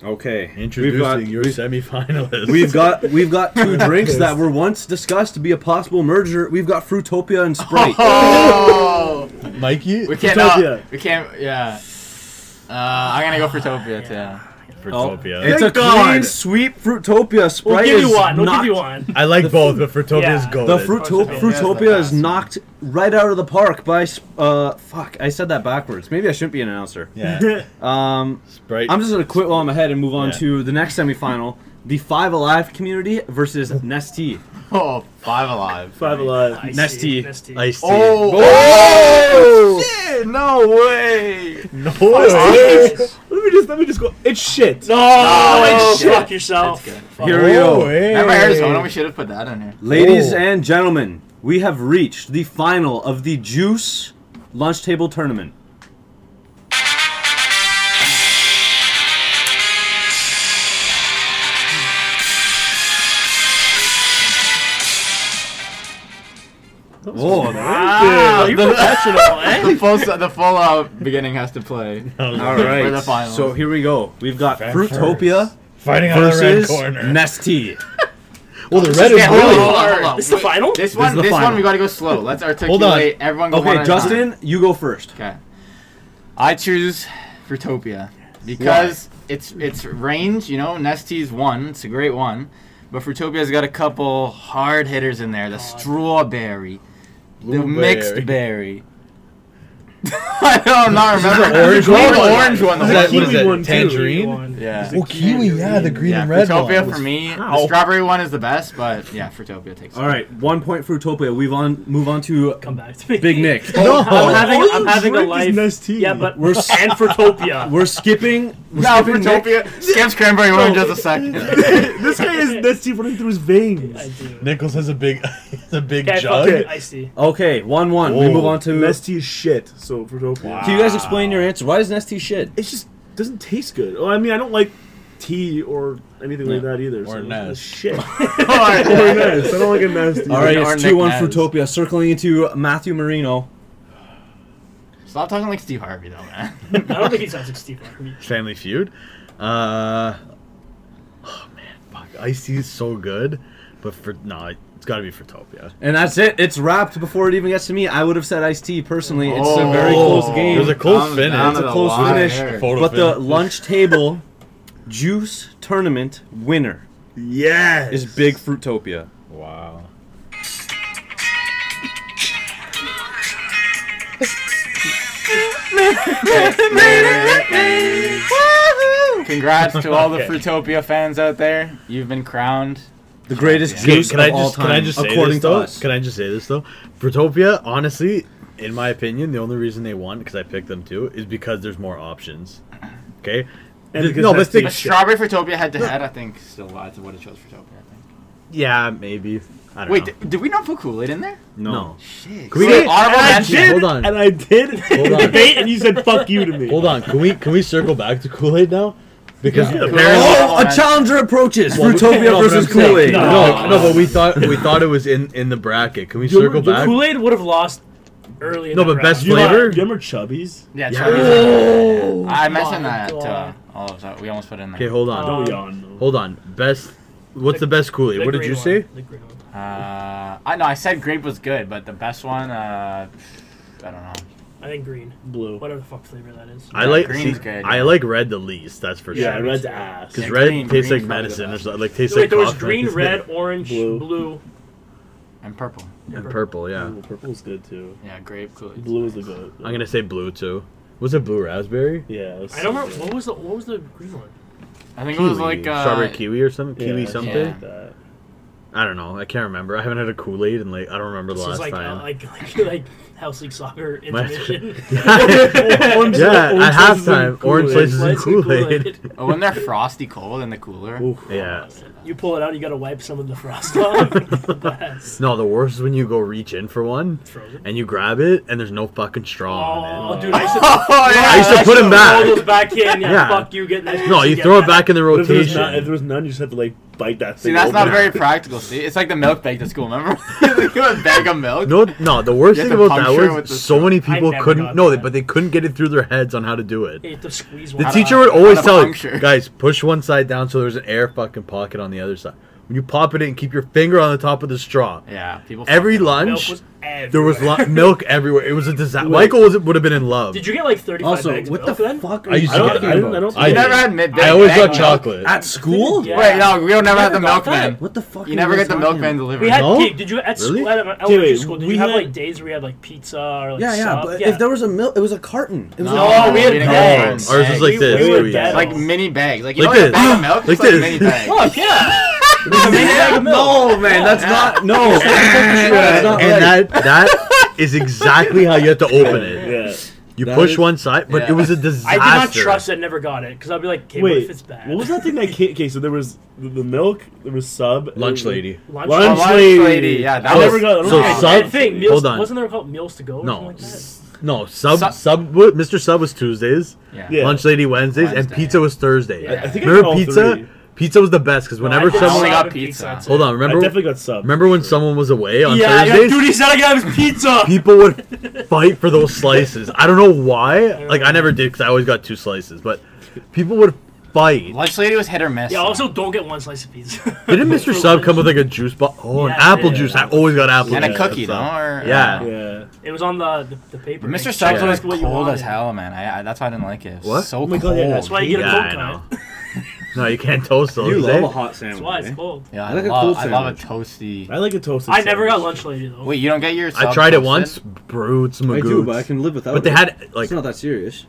C: Okay.
E: Introducing
C: got-
E: your semifinalists.
C: We've got we've got two drinks that were once discussed to be a possible merger. We've got Fruitopia and Sprite.
B: Oh,
E: Mikey?
B: We can't.
H: Fruitopia.
B: No, we can't. Yeah. Uh, I'm gonna go for Topia too.
E: Fruitopia.
C: It's a
E: Thank God.
C: clean sweep Fruitopia. Sprite
D: We'll give you
C: is
D: one. We'll give
C: knocked-
D: you one.
E: I like both, but Fruitopia's
D: Yeah.
E: gold.
C: The
D: Fruitopia
C: Fruitopia,
D: is
C: Fruitopia
B: the
C: is
B: best.
C: knocked right out of the park by Sp- uh fuck. I said that backwards. Maybe I shouldn't be an announcer.
E: Yeah.
C: Um,
E: Sprite.
C: I'm just gonna quit while I'm ahead and move on
E: Yeah.
C: to the next semifinal: the Five Alive community versus Nesty.
B: Oh, five alive.
H: Five alive.
D: I see.
C: Nesty.
D: Nesty.
E: Iced tea.
B: Oh,
E: Oh!
B: shit! No way.
E: No.
D: Jesus.
H: Let me just let me just go. It's shit.
D: Oh,
B: shit.
D: fuck yourself.
B: That's good.
D: Fuck.
C: Here we
H: Oh,
C: go.
B: Remember Arizona? We should have put that in here.
C: Ladies
E: Oh.
C: and gentlemen, we have reached the final of the Juice Lunch Table Tournament. Whoa,
D: Wow, you're professional, eh?
B: The full, the full uh, beginning has to play.
C: all
B: For
C: right.
B: the finals.
C: So here we go. We've got
E: Fan
C: Fruitopia
E: Fighting on the red
C: versus
E: corner.
C: Nesty.
E: well, the red is
B: Yeah, hold on,
E: blue.
B: hold on, hold on.
D: This is the final?
B: This one,
C: is the
B: this one,
C: final.
B: we gotta go slow. Let's articulate. Everyone go one
C: Okay,
B: at a time.
C: Justin, you go first.
B: Okay. I choose Fruitopia because it's it's range. You know, Nesty's one. It's a great one, but Fruitopia's got a couple hard hitters in there. The strawberry, the mixed berry. I don't not remember.
E: orange
B: The
E: one?
B: orange one. The
E: Is
B: white
E: that, what
B: one.
E: is
H: Kiwi
E: that,
H: one, too.
E: tangerine?
B: Yeah.
E: Oh, kiwi, yeah, the green
B: Yeah,
E: and red
B: Fruitopia
E: one.
B: for me. The
E: Ow.
B: strawberry one is the best, but yeah, Fruitopia takes. it.
C: All right, one point Fruitopia. We on move on to
D: Come back to me.
C: Big Nick.
E: No.
D: I'm having, I'm
H: Orange
D: having a
H: drink is
D: life.
H: Nesty.
D: Yeah, but
C: We're
D: we're
C: s-
D: and Fruitopia.
C: We're skipping. We're
B: No,
C: skipping Nick.
B: Fruitopia skips cranberry one in just a second.
H: this guy is Nesty running through his veins.
D: I do.
E: Nichols has a big, a big
D: Okay,
E: jug.
D: fucking I see.
C: Okay, one one. We
E: Whoa.
C: move on to.
H: Nesty is shit. So Fruitopia.
E: Wow.
C: Can you guys explain your answer? Why is Nesty shit?
H: It just doesn't taste good. Well, I mean, I don't like tea or anything like that either. so
E: Or
H: it's
E: Nest.
H: Shit.
B: All right.
H: Or Nest. I don't like a Nesty.
C: All right,
B: Or
C: it's
B: Nick
C: two one
B: Naz.
C: Fruitopia. Circling into Matthew Marino.
B: Stop talking like Steve Harvey though, man.
D: I don't think he sounds like Steve Harvey.
E: Family Feud. Uh, oh man, fuck. Ice tea is so good, but for no, it's got to be Fruitopia.
C: And that's it. It's wrapped before it even gets to me. I would have said iced tea personally. It's a
B: Oh.
C: very close game.
E: It was a close finish.
B: down to
E: It's a
B: the
C: close
B: wire.
C: finish,
E: Photo
C: but the
E: finish.
C: lunch table juice tournament winner
H: Yes.
C: is Big Fruitopia.
E: Wow.
B: Congrats to all the
E: Okay.
B: Fruitopia fans out there. You've been crowned.
C: The greatest
E: Can,
C: juice
E: can I
C: of all
E: just
C: time,
E: can I just say
C: according
E: this,
C: to
E: though?
C: us.
E: Can I just say this though? Fruitopia, honestly, in my opinion, the only reason they won because I picked them too is because there's more options. Okay.
H: And because
E: no, but
H: that's
E: think
B: But strawberry Fruitopia head to head, I think, still lied to what it chose Fruitopia. I think.
E: yeah, maybe. I don't
B: Wait,
E: know.
B: d- did we not put Kool Aid in there?
E: no.
B: Shit.
E: Can we
B: See,
E: get-
B: honorable
E: I
B: mention.
E: did- Hold on.
H: And I did
E: Hold on.
H: debate, and you said "fuck you" to me.
E: Hold on. Can we can we circle back to Kool Aid now? Because apparently.
C: Oh, a challenger approaches Fruitopia
E: No, but
C: versus
E: I'm saying-
C: Kool Aid.
E: No, no, but we thought we thought it was in in the bracket. Can we circle back?
D: Kool Aid would have lost early. in
E: No,
D: that
E: but
D: round. Um,
E: best
H: Do you, remember,
E: flavor.
H: do you remember Chubbies?
B: Yeah,
E: Yeah.
B: Charlie's-
E: Oh.
B: I mentioned
D: my
B: that to uh,
D: God.
B: all of us. We almost put it in
E: Okay,
B: there.
E: hold on.
D: Um,
H: Don't yawn. though.
E: Hold on. Best. What's the,
D: The-
E: best Kool Aid?
D: The
E: What did
D: green
E: you
D: one.
E: say?
D: The green one.
B: Uh, I know I said grape was good, but the best one, uh, I don't know.
D: I think green.
H: Blue.
D: Whatever the fuck flavor that is.
E: I like.
B: green's
E: see,
B: good,
E: I
B: yeah.
E: like red the least. That's for
H: Yeah,
E: sure.
H: red's ass.
E: Because
B: Yeah,
E: red
B: green-
E: tastes
B: green's
E: like
B: probably the
E: medicine or
B: best.
E: something. Like tastes
D: Wait,
E: like
D: there was
E: cough
D: green,
E: medicine.
D: red, orange,
H: Blue.
D: blue,
B: And purple.
E: and purple. Yeah,
H: Ooh, purple's good too.
B: Yeah, grape Kool Aid.
H: Blue is the goat.
E: I'm gonna say blue too. Was it blue raspberry?
H: Yeah. that's
D: I don't
H: so
D: remember
H: good.
D: what was the what was the green one.
B: I think
E: Kiwi.
B: it was like uh,
E: strawberry kiwi or something.
H: Yeah,
E: Kiwi something.
H: like that.
E: I don't know. I can't remember. I haven't had a Kool Aid and like I don't remember the
D: This is
E: last
D: like, uh,
E: time.
D: like like like house league soccer intermission.
H: Orange-
E: yeah,
H: orange
E: at
H: slices and
E: halftime, orange
H: Kool-Aid.
E: slices and
D: Slice and
E: Kool Aid.
D: Kool-Aid.
B: Oh, when they're frosty cold in the cooler.
H: Oof.
E: Yeah.
D: You pull it out, you gotta wipe some of the frost off. The best.
E: No, the worst is when you go reach in for one
D: Frozen.
E: and you grab it and there's no fucking straw on it.
D: Oh, dude, I used to
B: Oh, yeah.
E: I used to put him
D: throw
E: back.
D: those back in. Yeah,
E: Yeah.
D: fuck you, get that.
E: No, you throw it back in the
H: But if there, was not, if
E: rotation.
H: there was none, you just had to like bite that
B: See,
H: thing.
B: that's not
H: open.
B: very practical. See, it's like the milk bag at school. Remember, you have a bag of milk.
E: No, no. The worst
B: You have
E: thing
B: to
E: about that
B: puncture it with
E: was
B: the
E: so many people
D: never
E: couldn't.
D: got
E: No,
D: that.
E: but they couldn't get it through their heads on how to do it.
D: You have to squeeze
E: The
D: one.
B: How to-
E: teacher would
B: how
E: always
B: to
E: tell you,
B: puncture.
E: guys, push one side down so there's an air fucking pocket on the other side. When you pop it in, keep your finger on the top of the straw.
B: Yeah, people.
E: Every
B: fucking-
D: Milk
E: lunch,
D: was
E: there was
D: everywhere.
E: lo- milk everywhere. It was a disaster. Michael was, would have been in love.
D: Did you get like 35
C: Also,
D: bags
C: what
D: of milk
C: the
D: then?
C: fuck are
E: I
C: you
E: used to get
C: talking
E: it. I
C: about?
E: don't-
H: I don't-
E: I,
B: You
E: did.
B: never had midday.
E: I always
B: bag
E: got
B: milk.
E: chocolate.
C: At school?
D: Yeah.
B: Wait, no, we don't never
C: Never
B: have the
C: got
B: milkman.
C: that. What the fuck
B: You
C: are
B: never
C: you
B: get the
C: talking
B: milkman
C: about?
B: delivered.
D: We had
E: No?
D: kid- did you at
E: Really?
D: school at an elementary
H: wait,
D: school? Did
H: we
D: you have
H: had-
D: like days where you had like pizza or like
C: Yeah, yeah,
D: sub?
C: but if there was a milk, it was a carton. It was
B: No,
C: a
D: Oh, we had
B: didn't
D: bags.
B: get
E: Ours was
B: bags.
E: like
D: We-
E: this.
D: we
E: what
D: were
E: we had.
D: dead.
B: like mini bags, like you
E: Like
B: don't have a
E: this.
B: bag of milk,
E: Like
B: it's like
E: this.
B: mini bags.
D: Fuck yeah! It was a mini bag of milk.
C: No, man, that's not no.
E: and
C: that's not right.
E: that that is exactly how you have to open it.
H: Yeah.
E: You
C: That
E: push
C: is-
E: one side, but
B: Yeah.
E: it was a disaster.
D: I did not trust that. Never got it because I'd be like, okay, what
H: Wait,
D: if it's bad?
H: what was that thing that came? Okay, so there was the, the milk, there was sub, and
E: Lunch
H: there was-
E: lady.
D: Lunch.
H: Lunch,
B: Oh, lunch
H: lady.
B: lady, yeah, that
H: I
B: was-
H: never got. I don't
E: so
H: know.
D: Oh,
E: sub-
D: that thing, meals,
E: hold on.
D: Wasn't there called meals to go? Or
E: No.
D: something like that?
E: No, sub
B: Sub-
E: sub, wa- Mr. Sub was Tuesdays,
B: Yeah.
H: Yeah.
E: lunch lady Wednesdays, and
B: Wednesday.
E: pizza was Thursday.
D: Yeah. I
H: think I got
E: remember
H: all
E: pizza?
H: three.
E: Pizza was the best because whenever
D: I did
E: someone
B: only
D: sub
B: got
D: and
B: pizza.
D: that's it.
E: hold on,
H: I
E: remember
H: definitely got sub.
E: remember when someone was away on
D: Yeah, yeah,
E: Thursdays?
D: dude, he said I got his pizza.
E: people would fight for those slices. I don't know why. Like I never did because I always got two slices, but people would fight.
B: Lunch lady was hit or miss.
D: yeah.
B: though.
D: Also, don't get one slice of pizza.
E: Didn't Mr. Sub come with like a juice box? Oh, an
D: Yeah,
E: apple
D: yeah,
E: juice.
D: yeah.
E: I always got apple
B: and
E: juice.
B: a cookie,
E: at
B: though.
E: Sub.
B: Or,
E: Yeah.
B: uh,
H: Yeah.
D: It was on the the, the paper.
B: Mr.
D: Like,
B: Subs
D: check
B: was
D: what you
B: cold
D: wanted. Oh
B: as hell, man. I, I that's why I didn't like it. It was
E: What?
B: So
H: my God,
B: cold.
H: yeah,
D: That's why you get
E: Yeah,
D: a cold
E: I know.
D: cut.
E: No, you can't toast those.
C: You
E: eh?
C: love a hot
D: That's
C: sandwich.
D: why it's
C: eh?
D: cold.
B: yeah, I,
C: I like a
B: love,
C: cold
B: I love a
H: I
B: toasty.
H: like a toasted.
D: I never got
H: sandwich.
D: lunch lady though.
B: Wait, you don't get your?
E: I
B: sub
E: tried it
B: toasted?
E: once. Brutes,
C: I do, but I
E: magoots.
C: can live without.
E: But they
C: it.
E: had like
C: It's not that serious.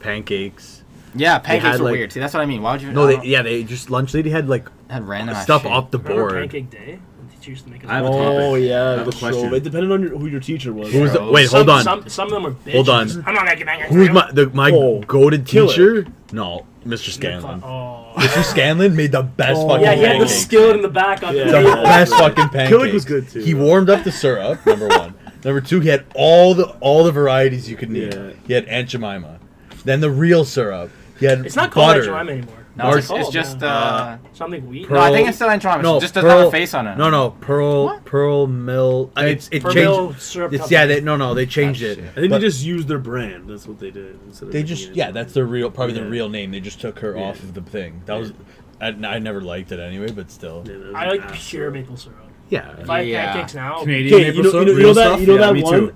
E: pancakes.
B: Yeah, pancakes
E: had,
B: were
E: like-
B: weird. See, that's what I mean. Why would you?
E: No,
B: I
E: they,
B: don't-
E: yeah, they just lunch lady had like
B: had random ass
E: stuff
B: shit.
E: off the
D: Remember
E: board.
D: pancake day? Did you used to make us
C: I have a
D: all-
C: topic.
H: Oh
C: I
H: yeah,
C: have
H: the
C: a
H: show.
C: question.
H: It depended on your, who your teacher was.
E: Who was the,
B: Gross.
E: wait? Hold
D: some,
E: on.
D: Some, some of them are bitches.
E: Hold on.
D: I'm not making that.
E: Who's my the, my
H: Oh,
E: goaded
H: killer.
E: teacher? No, Mr. Scanlon.
D: Oh.
E: Mr. Scanlon made the best
H: Oh.
E: fucking
D: Yeah, he had the
E: pancakes.
D: skillet in the back on
H: Yeah.
E: the
H: Yeah.
E: best fucking pancakes.
H: Killick was good, too.
E: He warmed up the syrup. Number one. number two, he had all the all the varieties you could need.
H: Yeah.
E: He had Aunt Jemima, then the real syrup. He had
D: It's not called
E: butter.
D: Aunt Jemima anymore.
B: No,
D: What's
B: it's,
D: it
B: it's
D: called
B: just.
D: now?
B: Uh,
D: something weed.
B: no, I
E: Pearl-
B: think it's still entramas.
E: No,
B: it just doesn't
E: Pearl-
B: have a face on it.
E: No, no, Pearl
B: What?
E: Pearl Mill. uh, It's it
D: Pearl
E: changed.
D: Mill syrup
E: it's,
D: company.
E: yeah, they, no, no, they
B: Ah,
E: changed it.
H: I think
E: But
H: they just used their brand. That's what they did. instead of
E: they
H: making
E: just
H: it.
E: yeah, that's their real probably their
H: Yeah.
E: real name. They just took her
H: Yeah.
E: off of the thing. That was I, I never liked it anyway, but still.
H: Yeah, that was
D: I
H: an
D: like
H: ass
D: pure
H: syrup.
D: maple syrup. If
E: Yeah.
D: I
B: Yeah.
D: had pancakes now,
I: Canadian
H: Okay, you know, you know, you know that you know that one.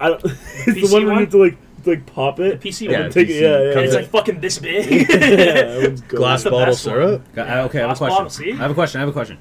H: I don't. It's
D: PC
H: the one where you
D: one?
H: have to like to, like pop it.
D: PC
H: and
D: one.
H: then take it. Yeah, yeah.
D: and it's
H: yeah.
D: like fucking this big.
H: yeah, that one's good.
E: Glass
D: the
E: bottle
D: best one.
E: syrup.
D: Yeah,
C: okay, I have a
D: glass
C: question.
D: bottle, see?
C: I have a question. I have a question.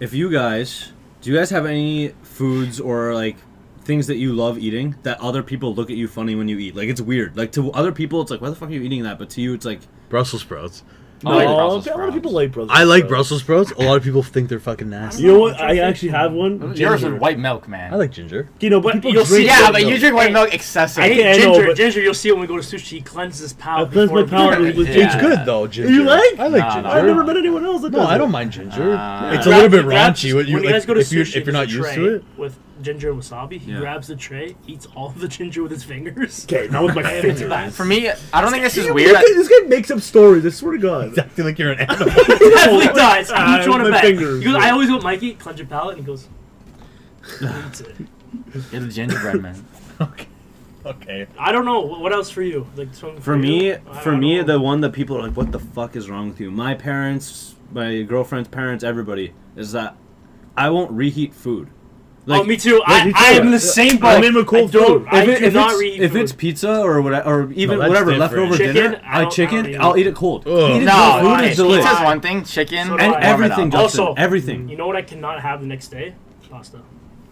C: If you guys, do you guys have any foods or like things that you love eating that other people look at you funny when you eat? Like it's weird. Like to other people, it's like, why the fuck are you eating that? But to you, it's like,
E: Brussels sprouts.
B: I like Brussels
H: Oh, a lot
B: sprouts.
H: of people like Brussels.
E: I like
H: sprouts.
E: Brussels sprouts. A lot of people think they're fucking nasty.
H: You know what? I actually have one.
B: Yours
H: Ginger.
B: is white milk, man.
E: I like ginger.
H: You know,
D: But
H: but people
D: you'll
H: drink
D: see-
H: white
B: yeah, but you
H: milk.
B: drink white
D: Hey,
B: milk
D: I
B: excessively.
D: hate
H: Yeah, I know,
D: ginger.
H: but-
D: ginger, you'll see it when we go to sushi. He cleanses his palate.
H: I cleanse my
D: before we-
H: palate with- with
B: Yeah.
H: ginger.
E: It's good though. Ginger.
H: You like?
E: I like
B: No, no,
E: ginger.
H: I've never met anyone else that
E: No,
H: does
E: I
H: it.
E: don't mind ginger.
B: Uh,
E: it's a
D: He
E: little
D: grabs-
E: bit
D: he grabs-
E: raunchy. What you,
D: when
E: like,
D: you guys go to
E: if, you're,
D: sushi,
E: if you're
D: there's a
E: not
D: tray
E: used to it,
D: with ginger and wasabi, he grabs the tray, eats all of the ginger with his fingers.
H: Okay, not with my
D: And it's
H: fingers.
D: back.
B: For me, I don't think this is
H: This
B: weird.
H: guy- This guy makes up stories. I swear to God.
E: acting like you're an animal.
D: definitely does.
H: Ah,
D: Each one
H: my
D: a bet.
H: fingers.
D: He goes, I always go, Mikey, cleanse your palate, and he goes, eats it.
B: You're the gingerbread man.
E: okay.
D: I don't know. What what else for you? Like something
C: for me,
D: you? I- I
C: for
D: don't
C: me,
D: know.
C: the one that people are like, what the fuck is wrong with you? My parents, my girlfriend's parents, everybody is that I won't reheat food.
D: oh, me too. I,
H: me
D: I
H: too.
D: am in the same boat.
H: I'm in with cold
D: I don't,
H: food.
D: I
C: if, it-
D: do
C: if
D: not
C: it's,
D: reheat
C: if
D: food.
C: it's pizza or whatever, or even
E: No, that's
C: whatever
E: different.
C: leftover
D: Chicken,
C: dinner,
D: I
C: I,
D: don't- I
C: chicken,
D: don't eat
C: I'll
D: it.
C: eat it cold.
E: Ugh.
C: Eat it
B: No,
C: cold. Food
B: okay,
C: is delicious.
B: pizza's one thing. Chicken
D: So
C: and
D: do I.
B: warm it
C: everything,
B: up.
C: Justin.
D: Also-
C: everything.
D: you know what I cannot have the next day? Pasta.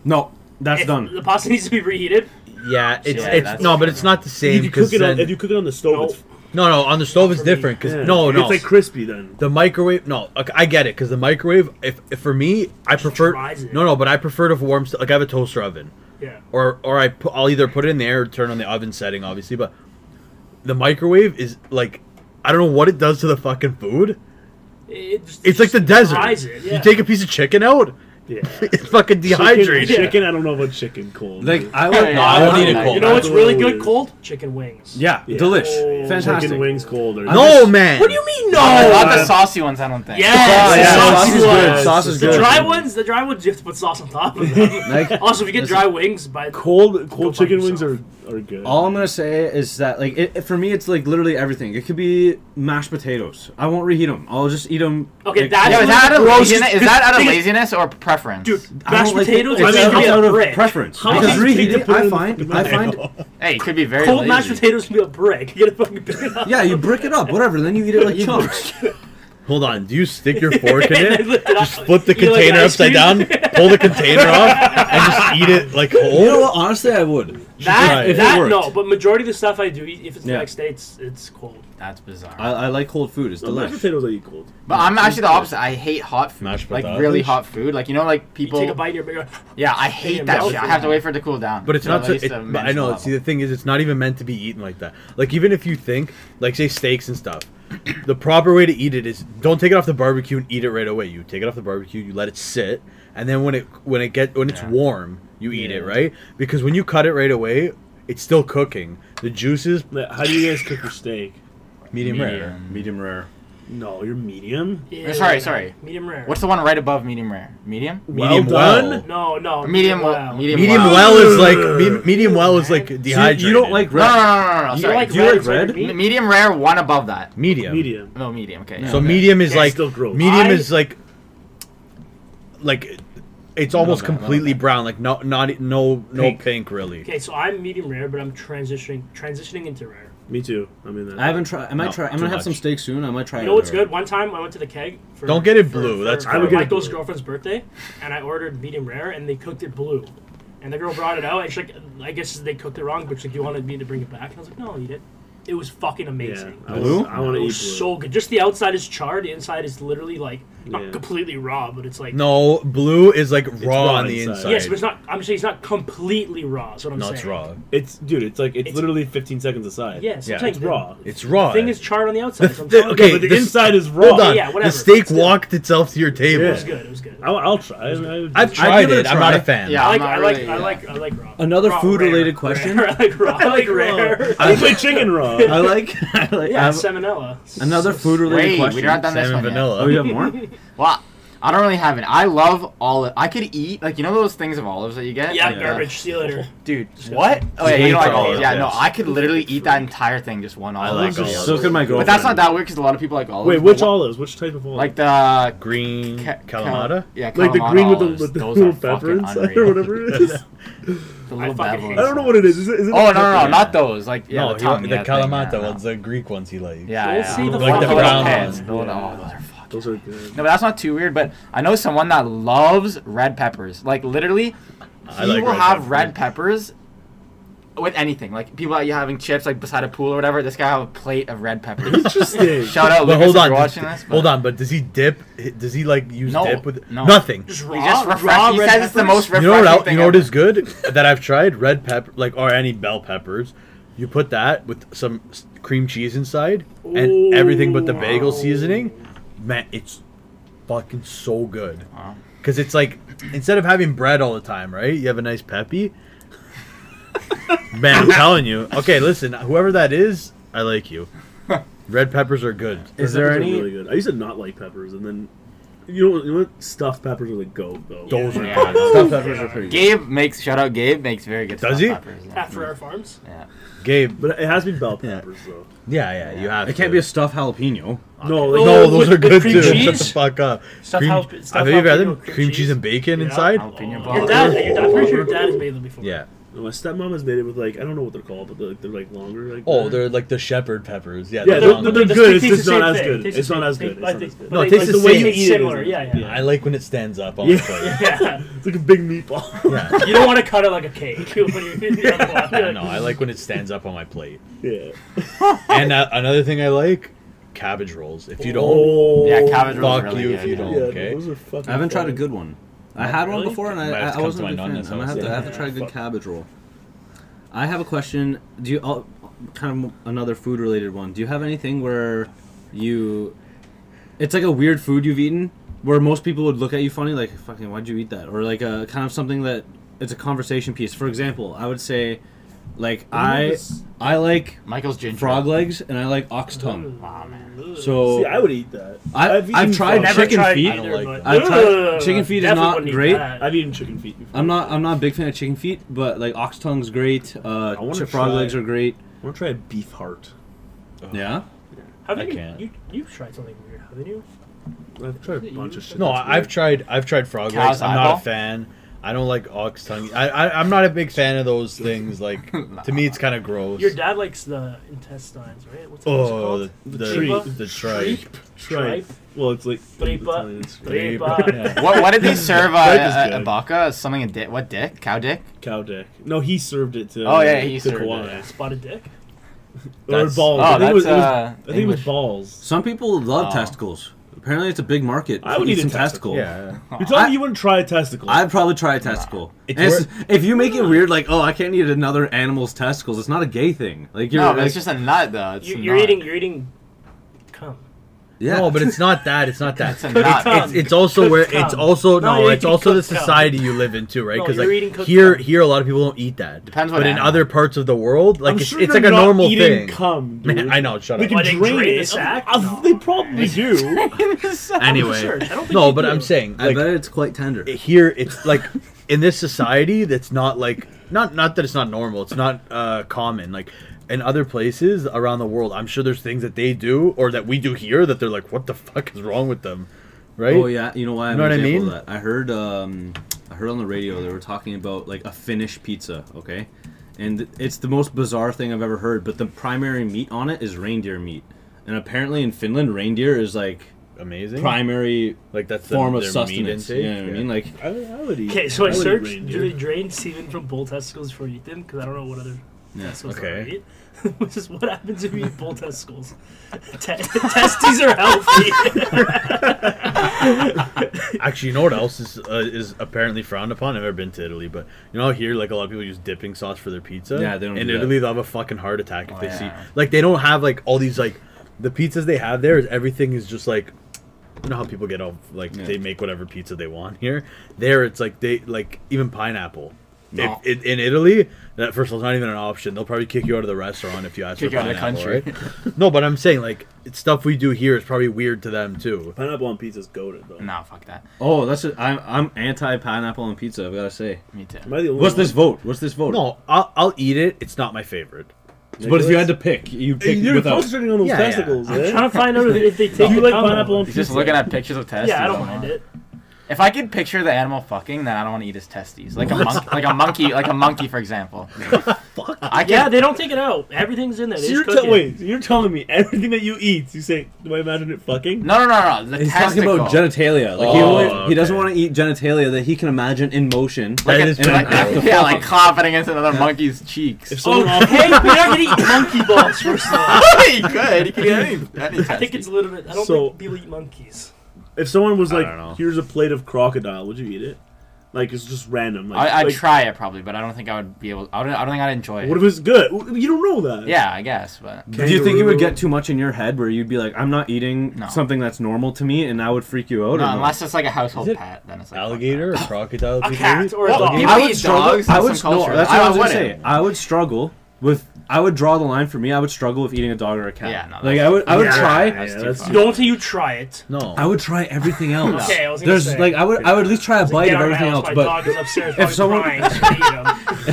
C: No, that's
D: If
C: done.
D: The pasta needs to be reheated.
E: Yeah, it's
B: Yeah,
E: it's
B: that's-
E: no, but it's not the same.
H: If you cook
E: 'cause
H: it on,
E: then-
H: if you cook it on the stove,
D: No.
H: it's
E: no, no, on the stove it's
D: For me,
E: different. Cause
H: yeah.
E: no,
H: If
E: no,
H: It's like crispy then.
E: the microwave. No, okay, I get it. Cause the microwave. If, if for me, I prefer
D: tries it.
E: no, no, but I prefer to warm. st- Like I have a toaster oven.
D: Yeah.
E: or or I put, I'll either put it in there or turn on the oven setting, obviously. But the microwave is like, I don't know what it does to the fucking food.
D: It just-
E: It's like the
D: just
E: desert.
D: fries it, yeah.
E: You take a piece of chicken out,
H: Yeah.
E: it's fucking
H: Chicken,
E: dehydrates. you.
H: chicken, I don't know about chicken cold.
C: Like
B: Yeah,
C: I would.
B: yeah,
E: I won't eat it
B: like-
E: cold.
D: You know what's
H: That's
D: really
H: what it
D: good
H: is.
D: cold? Chicken wings.
C: Yeah,
H: Yeah.
C: delish,
D: Oh,
C: fantastic.
H: Chicken wings cold. Or
E: no man.
D: What do you mean no?
B: Not
H: Uh,
B: Oh, the saucy ones, I don't think.
D: Yes,
C: Oh, yeah,
D: the
C: sauce
D: saucy
C: is
D: ones.
C: good. Sauce is
D: The
C: good.
D: dry ones, the dry ones, you have to put sauce on top of them.
C: Like,
D: also, if you
C: That's-
D: get dry wings, by
H: Cold, cold
D: fuck
H: chicken wings
D: yourself.
H: are are good.
C: All I'm gonna say is that like it, it- for me, it's like literally everything. It could be mashed potatoes. I won't reheat them. I'll just eat them.
D: Okay,
C: like,
D: that
B: Yeah, is that out of
D: Gross.
B: laziness? Is that out of
D: Dude.
B: laziness or preference?
D: Dude,
C: I don't
D: mashed
C: like it.
D: potatoes.
C: It's
D: is
H: out
D: really
C: out
D: a
C: of
D: brick.
C: preference.
D: How
C: Because
D: much
C: reheating,
H: put
C: I
H: in
C: find,
H: the
C: I find,
B: hey, you could be very
D: Cold
B: lazy.
D: mashed potatoes can be a brick. You gotta fucking pick it up.
C: yeah, you brick it up, whatever. Then you eat it like chunks.
E: Hold on. Do you stick your fork in
D: And then
E: it?
D: lift it up.
E: Just flip the
D: You like
E: container
D: ice
E: upside down,
D: cream?
E: pull the container off, and just eat it like
C: You know
E: whole.
C: what? Honestly, I would.
E: Right.
D: That,
E: If it
D: that
C: worked.
D: no, but majority of the stuff I do, eat, if it's the
C: Yeah.
D: next day, it's it's cold.
B: That's bizarre.
C: I, I like cold food. It's
H: No,
C: delicious.
H: mashed potatoes I eat cold.
B: but I'm actually the opposite. I hate hot food.
E: Mashed
B: like
E: potatoes?
B: really hot food. Like you know, like
D: You
B: people.
D: take a bite, you're you're-
B: Yeah, I hate that
D: Yeah,
B: shit. I have to wait for it to cool down.
E: But it's
B: To at
E: not. So,
B: least
E: it,
B: a
E: but I know.
B: manageable
E: See, the
B: level.
E: thing is, it's not even meant to be eaten like that. Like even if you think, like say steaks and stuff, the proper way to eat it is don't take it off the barbecue and eat it right away. You take it off the barbecue, you let it sit, and then when it when it get when it's
B: Yeah.
E: warm, you eat it
C: Yeah.
E: right because when you cut it right away, it's still cooking. The juices,
H: Now, How do you guys cook your steak?
E: medium, rare.
B: Medium.
C: Medium rare.
H: No, you're medium.
D: yeah,
B: Sorry, sorry.
D: Medium rare.
B: What's the one right above medium rare? Medium.
E: Medium
H: done.
E: well.
D: no, no.
B: Medium.
D: well.
B: Well. Medium.
E: Medium
B: well.
E: well is like me- medium well is like dehydrated.
C: You, you don't like
B: No,
C: red.
B: no, no, no, no. no
C: You
B: sorry.
D: like
C: Do you
D: red,
C: like
D: it's like
C: red?
D: meat.
B: Me- medium rare. One above that.
E: medium.
H: Medium.
B: No, medium. Okay.
E: So
B: okay.
E: medium is
H: Yeah,
E: like
H: still gross.
E: medium
D: I-
E: is like like it's almost
B: bit, a little
E: completely
B: bit.
E: brown, like not not e, no no pink,
C: Pink.
E: really.
D: Okay, so I'm medium rare, but I'm transitioning transitioning into rare.
H: Me too. I mean that.
C: I haven't tried. I might
E: No,
C: try. I'm
E: too
C: gonna have
E: much.
C: some steak soon. I might try.
D: You know what's good? One time I went to the keg. For,
E: Don't get it
D: for-
E: blue,
D: for-
E: that's
D: for
H: I would get it
D: Michael's
H: blue.
D: girlfriend's birthday, and I ordered medium rare, and they cooked it blue. And the girl brought it out. And she's like, I guess they cooked it wrong, but she's like, you wanted me to bring it back, and I was like, no, I'll eat it. It was fucking
H: Yeah,
D: amazing.
H: I, was-
E: Blue?
H: I want
D: It
H: to eat blue.
D: was Oh, so good. Just the outside is charred. The inside is literally like not
H: Yeah.
D: completely raw, but it's like
E: No, blue is like raw,
H: raw
E: on the
H: inside.
E: inside.
D: Yes, but it's not. I'm saying it's not completely raw. Is what I'm
E: no,
D: saying.
E: it's raw.
H: It's dude. It's like it's,
D: It's-
H: literally 15 seconds aside.
D: Yes,
E: Yeah,
D: I'm saying
H: it's
D: the-
H: raw.
E: It's raw.
D: The thing is charred on the outside. so I'm telling you,
E: okay,
H: but the
E: this-
H: inside is raw.
E: Hold on,
D: yeah,
E: the
D: whatever,
E: steak
D: but still.
E: walked itself to your table.
D: It was good. It was good.
H: I'll, I'll try. I mean, I would
E: I've
H: just-
E: tried
C: give it a
E: it. I'm not a
C: try.
E: fan.
B: Yeah.
D: I
B: I'm
D: like,
B: not
D: I like,
B: really-
D: I
B: yeah.
D: like, I like raw.
C: Another
D: Raw,
C: food-related
D: rare,
C: question?
D: Rare, I like raw. I like rare.
H: I think my chicken raw.
C: I like. I like
D: Yeah,
C: I have
D: salmonella.
C: another food related
B: Wait,
C: question.
B: we're not done this one
E: Salmon
B: yet.
E: vanilla.
C: Oh, you have more?
B: Well, I don't really have it. I love olive. I could eat like you know those things of olives that you get.
D: Yeah,
B: Like, uh,
D: garbage. See you later.
B: dude. What? Oh yeah, you don't like
E: olive,
B: olives. Yeah, no,
E: yes.
B: I could literally eat that entire thing just one olive.
E: like olives.
C: So could my girlfriend.
B: But that's not that weird because a lot of people like olives.
H: Wait,
B: but
H: which
B: what-
H: olives? Which type of olive?
B: Like the
E: Green
B: ca-
E: Kalamata?
B: cal- yeah,
H: Like the
B: Kalamata
H: green with the,
B: olives.
H: with the
B: Those are
H: little
B: fucking
H: pepper inside or
B: unreal.
H: whatever it is.
B: The little
D: fucking
B: bevel
D: hate
H: I don't know what it is. Is it, is it
B: Oh no,
H: a
B: no,
H: pepper?
B: no, not those. Like yeah,
E: no,
B: the,
E: he-
B: tongue,
E: the
B: yeah, thing,
E: Kalamata
B: yeah, no.
E: ones, the Greek ones he likes.
B: Yeah,
D: Don't
B: yeah.
D: say the
E: Like the fucking
B: little
E: brown ones.
B: heads, the little- oh, those are fucking
H: Those are good.
B: No, but that's not too weird. But I know someone that loves red peppers. Like literally,
E: I
B: he
E: like
B: will
E: red
B: have
E: peppers.
B: red peppers with anything. Like people that you having chips like beside a pool or whatever. This guy have a plate of red peppers.
H: Interesting.
B: Shout out,
E: But
B: Lucas,
E: hold
B: if
E: on,
B: you're
E: does-
B: watching this.
E: hold on. But does he dip? Does he like use
B: No,
E: dip with
B: no.
E: nothing?
D: Just
B: He
D: raw.
B: just
D: raw
B: refresh. He
D: red
B: says it's the
D: peppers?
B: most refreshing
E: You know what? Else,
B: thing.
E: you know what
B: ever.
E: is good that I've tried? Red pepper, like or any bell peppers. You put that with some s- cream cheese inside and everything but the bagel
D: Ooh.
E: seasoning. Man, it's fucking so good.
B: Wow.
E: Cause it's like instead of having bread all the time, right? You have a nice peppy. Man, I'm telling you. Okay, listen, whoever that is, I like you. Red peppers are good.
C: Is
H: Peppers
C: there
H: are
C: any?
H: Really good. I used to not like peppers, and then you know, what- you know what? Stuffed peppers are the go though.
E: Those are
B: Yeah.
E: good.
C: Stuffed peppers are pretty good.
B: Gabe makes shout out. Gabe makes very good.
E: Does
B: stuffed
E: he?
B: Peppers, yeah.
D: At Ferrer Farms.
B: Yeah.
E: Gabe.
H: But it has to be bell peppers though.
E: Yeah, yeah, you have.
C: It can't
E: to.
C: be a stuffed jalapeno.
H: No, like,
E: No,
D: Oh,
E: those
D: with-
E: are good
D: with cream
E: too. Shut the
D: cheese?
E: fuck up.
D: Stuff
E: cream,
D: jalap- stuff
E: have you ever had
D: jalapeno
E: them?
D: cream
E: Cream cheese,
D: cheese?
E: and bacon
H: Yeah.
E: inside?
B: Jalapeno
D: Your
B: balls.
D: dad, your dad, I'm pretty sure your dad has made them before.
E: Yeah.
H: no, my stepmom has made it with like I don't know what they're called, but they're, like, they're like longer. Like uh,
E: Oh,
H: that.
E: they're like the shepherd peppers. Yeah,
H: Yeah,
E: they're
H: they're-
E: long
H: they're-
E: ones.
D: But
H: good,
D: it
H: it's
D: tastes
H: just
D: the
H: not
D: same
H: as
D: thing.
H: good.
D: It tastes
H: It's
D: the
H: not
D: same
H: as good.
D: thing.
H: It's not as good.
D: But
E: No,
D: they-
E: it tastes
D: like,
E: the
D: way
E: same.
D: you
E: It
D: eat it Similar,
H: isn't-
D: yeah, yeah.
E: I like when it stands up. On
H: Yeah.
E: the plate.
D: Yeah.
H: It's like a big meatball.
E: Yeah.
D: You don't want to cut it like a cake. when you're- you're on the walk.
E: I don't know. I like when it stands up on my plate.
H: yeah.
E: And uh, another thing I like, cabbage rolls. If you don't,
H: Oh.
B: Yeah, cabbage rolls are
E: Fuck
B: really
E: you
B: good,
E: if you
B: yeah.
E: don't.
H: Yeah,
E: okay.
H: those are fucking.
C: I haven't tried a
H: fire.
C: good one. I had one
H: Really?
C: before and I,
E: Might have
C: I,
E: to
C: I
E: come
C: wasn't a
E: to
C: big
E: my
C: fan. I'm
E: nonna's
C: gonna have
E: house.
C: to, I have to
H: Yeah.
C: try a good
H: Fuck.
C: cabbage roll. I have a question. Do you oh, kind of another food related one? Do you have anything where you? It's like a weird food you've eaten where most people would look at you funny, like "fucking, why'd you eat that?" Or like a kind of something that it's a conversation piece. For example, I would say Like I,
H: this-
C: I like
B: Michael's ginger.
C: frog legs and I like ox tongue.
B: Aw, man.
C: So
H: See, I would eat that.
C: I-
H: I've
C: I've
H: eaten
C: tried
H: frog-
D: Never
C: chicken
D: tried
C: feet?
D: either,
E: I don't like
D: but-
C: that. I've tried-
D: Ugh,
C: chicken feat is
D: definitely
C: not
D: wouldn't eat
C: great.
D: that.
H: I've eaten chicken feet before.
C: I'm not I'm not a big fan of chicken feet, but like ox tongue's great. Uh,
H: wanna
C: ch- frog
H: try-
C: legs are great.
H: I want to try a beef heart.
C: Yeah.
D: Have
C: I
D: you,
C: can't.
D: you you've tried something weird, haven't you?
H: I've tried a bunch
D: you-
H: of shit.
E: No,
H: that's
E: I- I've
H: weird.
E: tried. I've tried frog
B: Cow's
E: legs. I'm
B: eyeball?
E: not a fan. I don't like ox tongue. I, I I'm not a big fan of those things. Like to me, it's kind of gross.
D: Your dad likes the intestines, right? What's that
E: oh,
D: oh, called?
E: the the,
D: tripe.
E: the, tripe.
H: tripe. Well, it's like
D: Tripe.
H: Italian, it's
D: Tripe.
E: Yeah.
B: What, what did they serve uh,
H: Grape is
B: uh,
H: good.
B: Ibaka? Something a dick? What dick? Cow dick?
H: cow dick. No, he served it to.
B: Oh, yeah, he
H: to
B: served
H: Kawhi.
D: Spotted dick.
H: Or
E: That's-
H: balls. I
B: Oh,
H: think it was-
B: that's
H: it was-
B: uh,
H: I think it was
B: English.
H: balls.
C: Some people love
B: Oh.
C: testicles. Apparently, it's a big market.
H: I
C: for
H: would
C: eat
H: eat a
C: some
H: testicle.
C: testicle.
E: Yeah.
H: You're telling
C: I-
H: me you wouldn't try a testicle?
C: I'd probably try a testicle. And it's- if you make it weird, like, oh, I can't eat another animal's testicles, it's not a gay thing. Like, you're
B: No,
C: like,
B: but it's just a nut, though. It's
D: You,
B: a
D: you're
B: nut.
D: eating. You're eating. Cum.
C: yeah.
E: No, but it's not that. It's not that.
B: It's a nut.
D: cum.
E: It's, it's also where
D: Cooked
E: it's
D: cum.
E: also
D: No,
E: no,
D: you're
E: it's
D: eating
E: also the
D: cooked cum.
E: society you live in too, right?
D: No,
E: Because
D: you're eating
E: like
D: cooked
E: here,
D: cum.
E: here a lot of people don't eat that.
B: Depends what
E: But in
B: animal.
E: other parts of the world, like
H: I'm
E: it's,
H: sure
E: it's
H: you're
E: like a
H: not
E: normal
H: eating
E: thing.
H: Cum, dude.
E: Man, I know. Shut
H: They
E: up.
H: can
D: Why, they
H: drain
D: drain the
H: it.
D: sack?
H: Uh,
D: No.
H: They probably do.
E: Anyway,
D: Sure, I don't think
E: no,
D: you
E: but
D: do.
E: I'm saying
C: I
E: like
C: bet it's quite tender.
E: here it's like in this society that's not like not not that it's not normal it's not uh common like in other places around the world i'm sure there's things that they do or that we do here that they're like what the fuck is wrong with them right
C: Oh yeah, you know why? I
E: You know what I
C: example of
E: mean?
C: That. I heard, um, I heard on the radio they were talking about like a Finnish pizza. Okay, and it's the most bizarre thing I've ever heard. But the primary meat on it is reindeer meat, and apparently in Finland, reindeer is like
E: amazing
C: primary
E: like that's the-
C: form of
E: their meat
C: sustenance. You
E: intake,
C: know what I mean? Like
H: I, I would eat.
D: Okay, so I
H: would eat
D: searched.
H: reindeer.
D: Do they drain semen from bull testicles before you eat them? Because I don't know what other testicles
E: okay.
D: okay. eat. Which is what happens if you eat bull testicles. Te- testes are healthy.
E: actually you know what else is uh, is apparently frowned upon i've never been to italy but you know here like a lot of people use dipping sauce for their pizza
C: Yeah, they don't
E: in
C: do that.
E: italy they'll have a fucking heart attack if they see
B: Oh, yeah.
E: like they don't have like all these like the pizzas they have there is everything is just like you know how people get off like
C: Yeah.
E: they make whatever pizza they want here there it's like they like even pineapple
B: No.
E: If, in, in Italy, that first of all, it's not even an option. They'll probably kick you out of the restaurant if you ask
B: Kick
E: for
B: you out of the
E: pineapple,
B: country.
E: right? no, but I'm saying like it's stuff we do here is probably weird to them too.
H: Pineapple on pizza's goaded though.
B: No, fuck that.
C: Oh, that's it. I'm I'm anti pineapple on pizza. I've got to say.
B: Me too.
H: Am I the only
C: What's
H: one?
C: this vote? What's this vote?
E: No, I'll, I'll eat it. It's not my favorite.
C: but if you had to pick, you pick
H: You're
C: without.
H: concentrating on those
E: Yeah, yeah.
H: testicles, eh?
D: trying to find out if, if they take.
H: Do you
D: the
H: like
D: cum
H: pineapple on
D: out.
B: He's
H: pizza?
B: just looking at pictures of testes.
D: Yeah, I don't
B: all
D: mind
B: the time.
D: it.
B: If I could picture the animal fucking, then I don't want to eat his testes. Like a monkey, like a monkey, like a monkey, for example. I
D: Yeah,
B: can't.
D: they don't take it out. Everything's in there. They
H: So you're
D: just cook
H: te-
D: it.
H: wait, so you're telling me everything that you eat, you say, do I imagine it fucking?
B: No, no, no, no. The
C: He's
B: testicle.
C: talking about genitalia. Like he,
E: Oh,
C: only, he
E: okay.
C: doesn't want to eat genitalia that he can imagine in motion.
E: That
B: Like
E: is
B: a, like,
E: pretty
B: yeah, like clapping against another monkey's cheeks.
H: If
D: Oh,
H: someone offered,
D: Okay, we're not gonna eat monkey balls first of all.
B: he could. He could eat any, any
D: I think it's a little bit. I don't
H: So-
D: think people eat monkeys.
H: if someone was
E: don't know.
H: like, here's a plate of crocodile, would you eat it? Like it's just random. Like,
B: I, I'd
H: like,
B: try it probably, but I don't think I would be able. I don't. I don't think I'd enjoy it.
H: What if it's good? W- You don't know that.
B: yeah, I guess, but
C: Do you think it would get too much in your head where you'd be like, I'm not eating
B: No.
C: something that's normal to me, and that would freak you out? or
B: no,
C: no?
B: unless it's like a household
E: it
B: pet, then it's like fuck
E: Alligator or crocodile?
D: A
E: people
D: cat
E: eat?
D: or a dog.
B: people
C: I
B: eat
C: would struggle.
B: dogs in
C: I would
B: some
C: no,
B: cultures.
C: That's what
B: I
C: I, was gonna
B: wouldn't.
C: say. I would struggle with. I would draw the line for me. I would struggle with eating a dog or a cat.
B: Yeah, no,
C: like
B: that's-
C: I would. I would
H: Yeah,
C: try.
H: yeah,
B: That's too
H: that's
B: far.
H: too-
D: Don't till you try it.
E: No.
C: I would try everything else.
D: Okay, I was gonna
C: There's
D: say.
C: like I would. I would at least try a bite
D: Get
C: of
D: out my
C: everything
D: house,
C: else.
D: my
C: But
D: dog is upstairs probably
C: someone-
D: crying, so we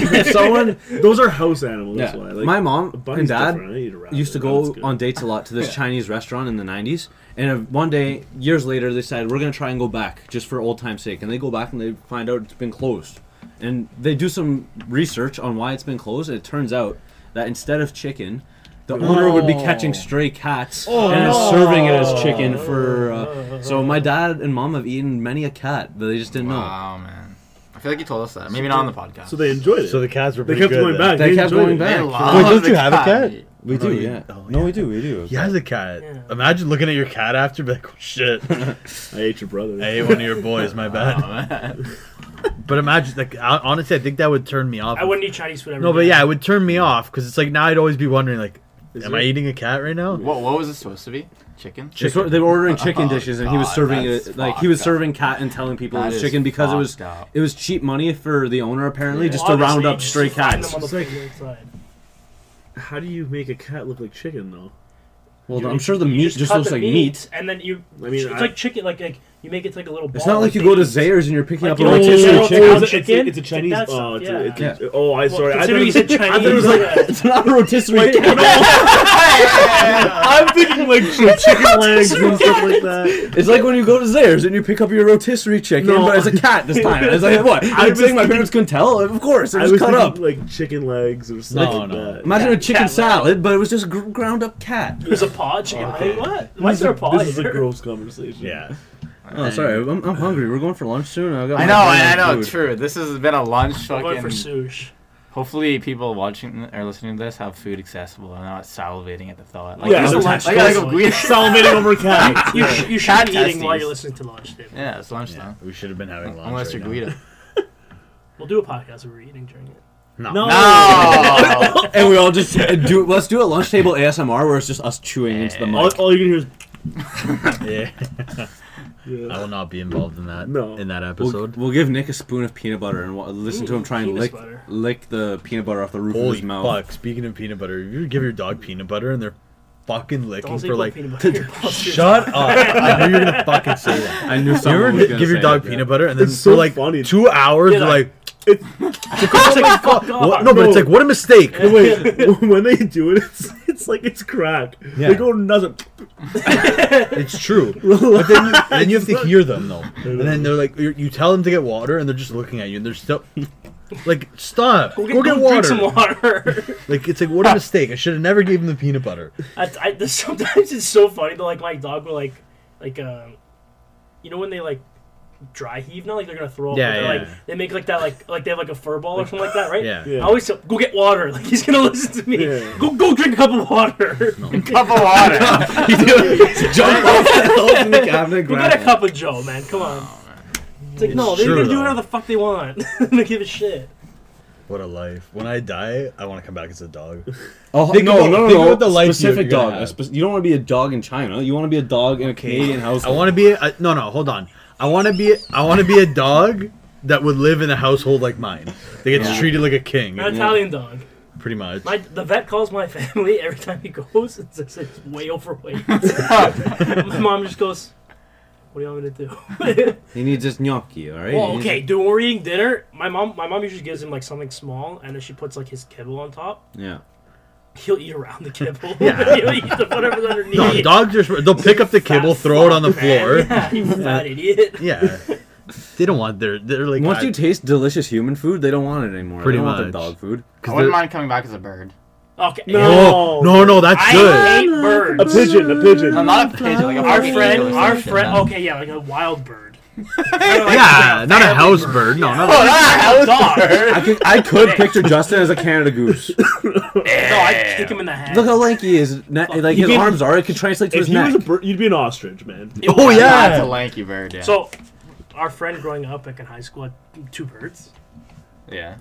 D: eat him.
C: if someone,
H: Those are house animals.
C: yeah,
H: That's why. Like,
C: my
H: a
C: mom and
H: bunny's
C: dad
H: different. I eat a rabbit.
C: used to
E: Oh,
H: Rabbit's
C: go
H: good.
C: on dates a lot to this Chinese restaurant in the 90s. And uh, one day, years later, they said, we're going to try and go back just for old time's sake. And they go back and they find out it's been closed. And they do some research on why it's been closed. And it turns out that instead of chicken, the owner would be catching stray cats and
E: Oh, no.
C: serving it as chicken for. Uh, so my dad and mom have eaten many a cat, but they just didn't know.
B: Wow, man. I feel like you told us that. Maybe not on the podcast.
H: So they enjoyed it.
E: So the cats were
H: they
E: pretty
H: kept
E: good
H: going
E: then.
H: back.
C: They
H: They
C: kept
H: enjoyed
C: going
H: it.
C: back.
B: They love
E: Wait, don't
B: Oh, the
E: you have a
B: cat.
E: cat?
C: We do,
E: No, you-
C: yeah.
E: oh,
C: No, we do, we do.
E: He has a cat.
D: Yeah.
E: Imagine looking at your cat after, be like, oh, shit, I
H: I ate your brother.
E: ate one of your boys, my bad. But imagine, like, I- honestly, I think that would turn me off.
D: I wouldn't eat Chinese food every
E: No, but
D: day.
E: yeah, it would turn me off because it's like now I'd always be wondering, like,
H: Is
E: am
H: it-
E: I eating a cat right now?
B: What, what was it supposed to be? Chicken?
C: They sor- They were ordering chicken
B: Oh,
C: dishes, and he was
B: God,
C: serving
B: that's
C: it like he was
B: fucked up.
C: serving cat and telling people
B: That
C: it was
B: is
C: chicken because it was
B: fucked up.
C: it was cheap money for the owner apparently just
D: Obviously,
C: to round up
D: just
C: stray
D: find
C: cats.
D: them on the field outside.
H: How do you make a cat look like chicken though?
C: Well,
D: You-
C: I'm sure the meat
D: you
C: just
D: cut
C: looks
D: the
C: like meat.
D: and then you.
H: I mean,
D: it's
H: I-
D: like chicken. Like, like you make it like a little. Ball
C: It's not like you go to
D: baby.
C: Zayers and you're picking
D: Like,
C: up a
D: you don't
C: rotisserie
D: know-
C: chicken.
D: Oh,
H: it's,
D: it's a
H: a, it's,
D: chicken?
H: it's a Chinese.
D: That's-
H: oh, it's
D: yeah.
H: a, it's a, oh, I
D: Well,
H: sorry. I
D: consider
H: thought
D: you
H: it
D: said
H: was, I thought it was
D: Chinese,
H: like
D: yeah.
C: It's not a rotisserie chicken.
H: I'm thinking like chicken legs and stuff like that.
C: It's like when you go to Zayers and you pick up your rotisserie chicken,
H: No.
C: but it's a cat this time. It's like what?
H: I
C: I
H: was
C: was saying my
H: thinking-
C: parents couldn't tell. Of course, it
H: I
C: was,
H: was
C: cut
H: thinking
C: up.
H: like chicken legs or something like
E: no.
H: that.
C: Imagine a chicken
D: cat leg.
C: salad, but it was just gr- ground up cat.
D: There's a paw chicken. Hey, what? Why
H: This
D: is there a paw
H: this is a
D: here?
H: gross conversation.
C: Oh, sorry, I'm, I'm hungry. We're going for lunch soon. I, got
B: I
C: my
B: know,
C: hand
B: I, I
C: on
B: know.
C: food.
B: True. This has been a lunch
D: I'm going for
B: fucking.
D: sush.
B: Hopefully, people watching or listening to this have food accessible and are not salivating at the thought. Like,
H: Yeah,
B: I
H: so
B: gotta-
D: lunch
B: I gotta go
D: goes-
B: green-
H: Salivating over cats.
D: You, sh- you should
B: Cat
D: be eating while
B: testes.
D: you're listening to lunch, David.
B: Yeah, it's lunchtime.
E: We should have been having lunch.
B: Unless
E: right
B: you're
E: now.
B: Guido.
D: We'll do a podcast where we're eating during it.
H: No.
B: Oh!
C: and we all just uh, do. Let's do a lunch table ASMR where it's just us chewing into
E: Eh.
C: the
H: All,
C: mic.
H: all you can
E: Yeah.
H: hear is.
E: I
H: Yeah.
E: will not be involved in that.
H: No.
E: In that
C: We'll,
E: episode.
C: we'll give Nick a spoon of peanut butter and wa- listen to him try and
D: Peanut
C: lick
D: butter.
C: lick the peanut butter off the roof of
E: Holy
C: his mouth.
E: fuck! Speaking of peanut butter, you give your dog peanut butter and they're fucking licking
D: Don't say
E: for like.
D: peanut butter.
E: Shut up! I knew you were gonna fucking say that.
C: I knew
E: You ever
C: someone was
E: gi-
C: gonna
E: give your
C: say
E: dog
C: it, yeah.
E: peanut butter and then
H: It's
E: for
H: so
E: like
H: funny.
E: two hours,
D: Yeah,
E: like
H: It's,
E: it's like fuck. What? No, but it's
H: no.
E: like what a mistake.
H: wait, when they do it, it's it's like it's crack.
E: Yeah.
H: They go nothing.
E: It's true. but then you, then you have to hear them though, and then they're like, you you tell them to get water, and they're just looking at you, and they're still like, stop, go get, water.
D: Drink some water.
E: Like it's like what a mistake. I should have never gave them the peanut butter.
D: I, I, this, sometimes it's so funny, but like my dog will like, like um, you know when they like dry heave, not like they're gonna throw up.
E: Yeah,
D: but they're,
E: yeah.
D: Like they make like that, like like they have like a fur ball or something like that, right?
E: Yeah.
H: Yeah.
D: I always tell, go get water. Like he's gonna listen to me.
H: Yeah.
D: Go go drink a cup of water.
B: Cup of water.
C: Jump off the shelf in the cabinet,
D: go
C: grab
D: get a
C: it.
D: cup of Joe, man. Come on. It's like no, they
E: true,
D: can do
E: though.
D: whatever the fuck they want. I don't give a shit.
E: What a life. When I die, I want to come back as a dog.
C: Oh
E: Think
C: no,
E: about-
C: no, no,
E: think
C: no!
E: about the life you're-
C: specific
E: you're gonna
C: dog.
E: have.
C: A spec- you don't want to be a dog in China. You want to be a dog in a Canadian house.
E: I want to be a, no, no. Hold on. I want to be I want to be a dog that would live in a household like mine. That gets treated like a king,
D: An Italian dog.
E: pretty much.
D: My the vet calls my family every time he goes and says it's way overweight. my mom just goes, "What do you want me to do?"
C: He needs his gnocchi, all right? He
D: well,
C: needs-
D: okay, dude. When we're eating dinner, my mom my mom usually gives him like something small, and then she puts like his kibble on top.
C: Yeah.
D: He'll eat around the kibble. yeah. He'll eat the, whatever's underneath.
E: No, dogs are they'll pick up the
D: Fat
E: kibble, throw it on the
D: fuck, man.
E: floor.
D: Yeah, you fat idiot.
E: Yeah. They don't want their. They're like. uh,
C: Once
E: I-
C: you taste delicious human food, they don't want it anymore.
E: Pretty
C: they don't
E: much.
C: want the dog food.
B: I
E: 'cause
B: wouldn't
E: they're-
B: mind coming back as a bird.
D: Okay.
E: Oh no, no, that's
D: I
E: good.
D: hate birds.
H: A pigeon, a pigeon.
B: No, not a pigeon. Like a
D: Our
B: fucking
D: friend,
B: eagle or
D: our
B: some shit,
D: friend.
B: man.
D: Okay, yeah, like a wild bird. Kinda like
E: Yeah, not a
D: family
E: house bird. No,
D: Yeah.
E: not
B: Oh, not a house
D: Dog.
B: bird.
C: I could, I could picture Justin as a Canada goose.
D: No, I kick him in the head.
C: Look how lanky he is. Na- like
H: You
C: his
H: can-
C: arms are. It could translate to
H: If
C: his
H: you was
C: neck.
H: a bird, you'd be an ostrich, man.
E: a. Oh
B: That's a
E: yeah.
B: lanky bird. Yeah.
D: So, our friend growing up like in high school had two birds.
B: yeah.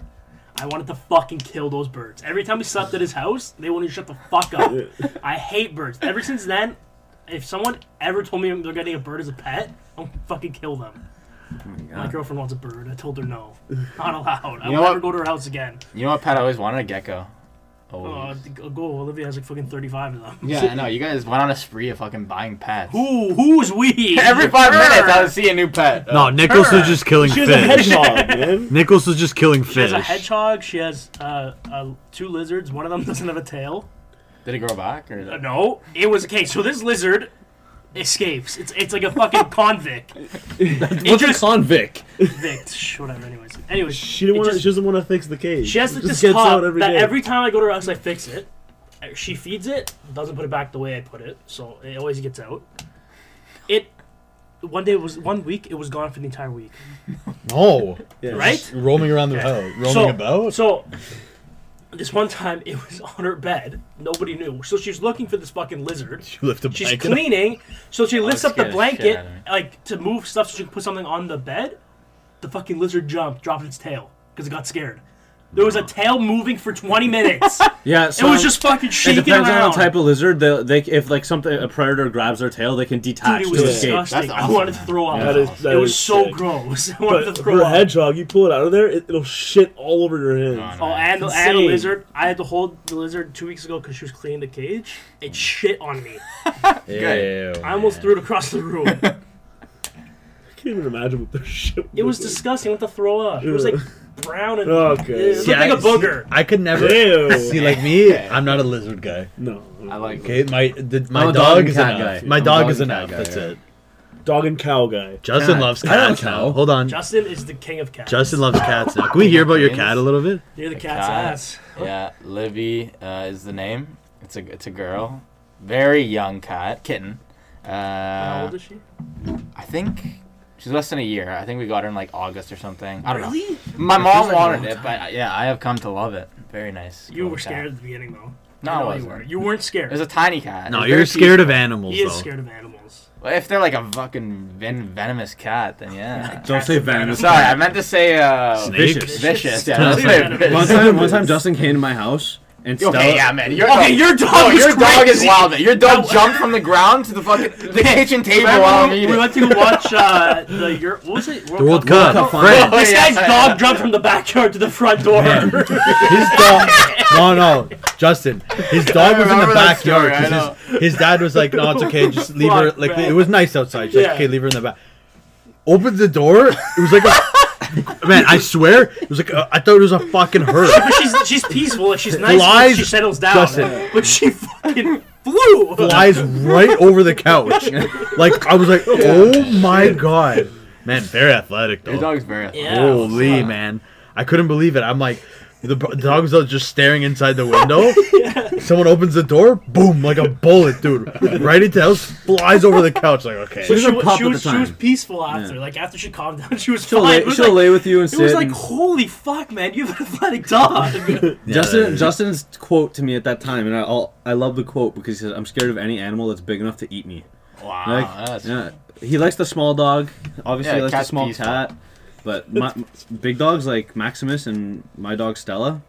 D: I wanted to fucking kill those birds. Every time we slept at his house, they wouldn't shut the fuck up. I hate birds. Ever since then, if someone ever told me they're getting a bird as a pet, I'm gonna fucking kill them.
B: Oh
D: My girlfriend wants a bird. I told her no, not allowed. I
B: You know
D: will never
B: what?
D: go to her house again.
B: You know what pet I always wanted? A gecko. Oh.
D: Uh, go. Olivia has like fucking 35 of them.
B: yeah, I know. You guys went on a spree of fucking buying pets.
D: Ooh, who's we?
B: Every five
D: Her.
B: minutes, I would see a new pet. Uh,
E: No, Nicholas was
D: her.
E: just killing
H: She was a
E: fish.
H: hedgehog, man.
E: Nicholas was just killing
D: She has a
E: fish.
D: hedgehog. She has uh, uh, two lizards. One of them doesn't have a tail.
B: Did it grow back or?
D: Uh, No, it was okay. So this lizard escapes. It's it's like a fucking convict.
C: What's a convict?
D: Convict. Shh, Whatever. Anyways. Anyways.
H: She didn't
D: it
H: want.
D: just-
H: She doesn't want to fix the cage.
D: She has to
H: It just
D: just
H: gets
D: top
H: out every
D: that
H: day.
D: every time I go to her house, I fix it. Uh, She feeds it, doesn't put it back the way I put it, so it always gets out. It one day it was one week. It was gone for the entire week.
E: No.
H: Yeah.
D: Right?
E: Roaming around the house, roaming
D: so,
E: about.
D: So, this one time it was on her bed. Nobody knew. So she's looking for this fucking lizard.
E: You lift a
D: She's
E: blanket. up.
D: cleaning, so she lifts
B: that
D: up the
B: scared the shit
D: blanket
B: out of me.
D: like to move stuff so she can put something on the bed. The fucking lizard jumped, dropped its tail because it got scared. There was a tail moving for 20 minutes.
C: Yeah, so
D: it was just fucking
C: It
D: shaking
C: depends on
D: around.
C: the type of lizard. They, they if like something a predator grabs their tail, they can detach
D: Dude, it was
C: to escape.
D: disgusting.
B: That's
D: I wanted to throw up.
H: That is- that
D: it was
H: is
D: so
H: sick.
D: gross. I wanted
H: But
D: to
H: for
D: throw
H: a
D: up.
H: hedgehog, you pull it out of there, it, it'll shit all over your hands.
D: Oh, and,
H: It's
D: and a
H: insane.
D: lizard. I had to hold the lizard two weeks ago because she was cleaning the cage. It shit on me.
E: Ew.
D: I almost threw it across the room.
H: I can't even imagine what their shit.
D: It was
H: looked
D: disgusting. What the throw up? It was like brown and
H: Okay.
D: it looked
H: See,
D: like
E: I-
D: a booger.
E: I could never.
H: like.
E: See,
H: Ew.
E: like me, I'm not a lizard guy.
H: no.
B: I like
E: Okay, my the, my
C: I'm
E: dog,
C: a dog and
E: is
C: cat
E: enough.
C: guy.
E: My
C: I'm a
E: dog,
C: dog
E: is
C: and
E: enough.
C: cat guy,
E: That's
C: yeah.
E: it.
H: Dog and cow guy.
E: Justin
B: Cat.
E: loves
C: I love
E: cats
C: cow.
E: now. Hold on.
D: Justin is the king of cats.
E: Justin loves cats now. Can we hear about your cat a little bit?
D: You're the
B: The
D: cat's
B: cat.
D: ass.
B: Yeah, Livy uh, is the name. It's a it's a girl, very young cat, kitten.
D: How
B: Uh,
D: old is she?
B: I think she's less than a year. I think we got her in like August or something. I don't know.
D: Really?
B: My mom
C: feels like a
B: wanted
C: long
B: it, but uh, yeah, I have come to love it. Very nice.
D: You
B: little
D: were
B: cat.
D: scared at the beginning though.
B: No,
D: I
B: I
D: know
B: wasn't.
D: You, were. you weren't scared.
B: It was a tiny cat.
E: No,
B: It's
E: you're
B: very
E: scared of
B: peaceful.
E: animals.
D: he
E: though.
D: is scared of animals.
B: Well, If they're like a fucking ven- venomous cat, then yeah.
C: Don't say venomous.
B: Sorry, I meant to say uh,
E: Snake?
B: vicious. Vicious. Yeah,
D: Don't
B: let's
D: say
B: say
D: venomous.
B: vicious.
C: One time, one time, Justin came to my house and Stella.
B: Okay, yeah, man. Your
D: Okay,
B: dog,
D: your dog
B: No,
D: was
B: your dog is
D: crazy.
B: wild. Man. Your dog
D: No.
B: jumped from the ground to the fucking the kitchen table
D: Remember
B: while I'm
D: we,
B: eating.
D: we went to go watch uh, the Euro- what was it?
E: The World Cup.
B: Oh,
E: Fred,
D: This
B: yeah,
D: guy's
B: yeah,
D: dog
B: yeah.
D: jumped from the backyard to the front door.
E: his dog. No, no, Justin. His dog was in the
B: remember that story,
E: backyard.
B: I
E: 'cause his, his dad was like, "No, it's okay. Just leave her."
D: Fuck,
E: Like
D: man.
E: it was nice outside. Just
D: Yeah.
E: okay, leave her in the back. Opened the door. It was like a man. I swear, it was like a, I thought it was a fucking herd.
D: But she's she's peaceful. Like she's nice.
E: Flies,
D: when she settles down.
E: Justin.
D: But she fucking flew.
E: Flies right over the couch. Like I was like, "Oh my god." Man, very athletic though.
B: Your dog's very. athletic.
D: Yeah.
E: Holy man, I couldn't believe it. I'm like, the, the dog was out just staring inside the window. Someone opens the door, boom, like a bullet, dude, right into the house, flies over the couch. Like,
D: But
E: okay,
C: was a pup
D: she
C: at
D: was,
C: the
D: she was
C: time.
D: peaceful after. Like after she calmed down, she was
C: She'll,
D: fine.
C: lay,
D: it was
C: she'll
D: like,
C: lay with you and
D: it
C: sit.
D: was like,
C: and-
D: holy fuck, man, you have an athletic dog.
C: Justin, Justin's quote to me at that time, and I I'll, I love the quote because he says, "I'm scared of any animal that's big enough to eat me."
B: Wow.
C: Like,
B: that's-
C: yeah, he likes the small dog. Obviously,
B: Yeah,
C: he likes the
B: cat's
C: small
B: peaceful.
C: cat. But my, big dogs like Maximus and my dog Stella,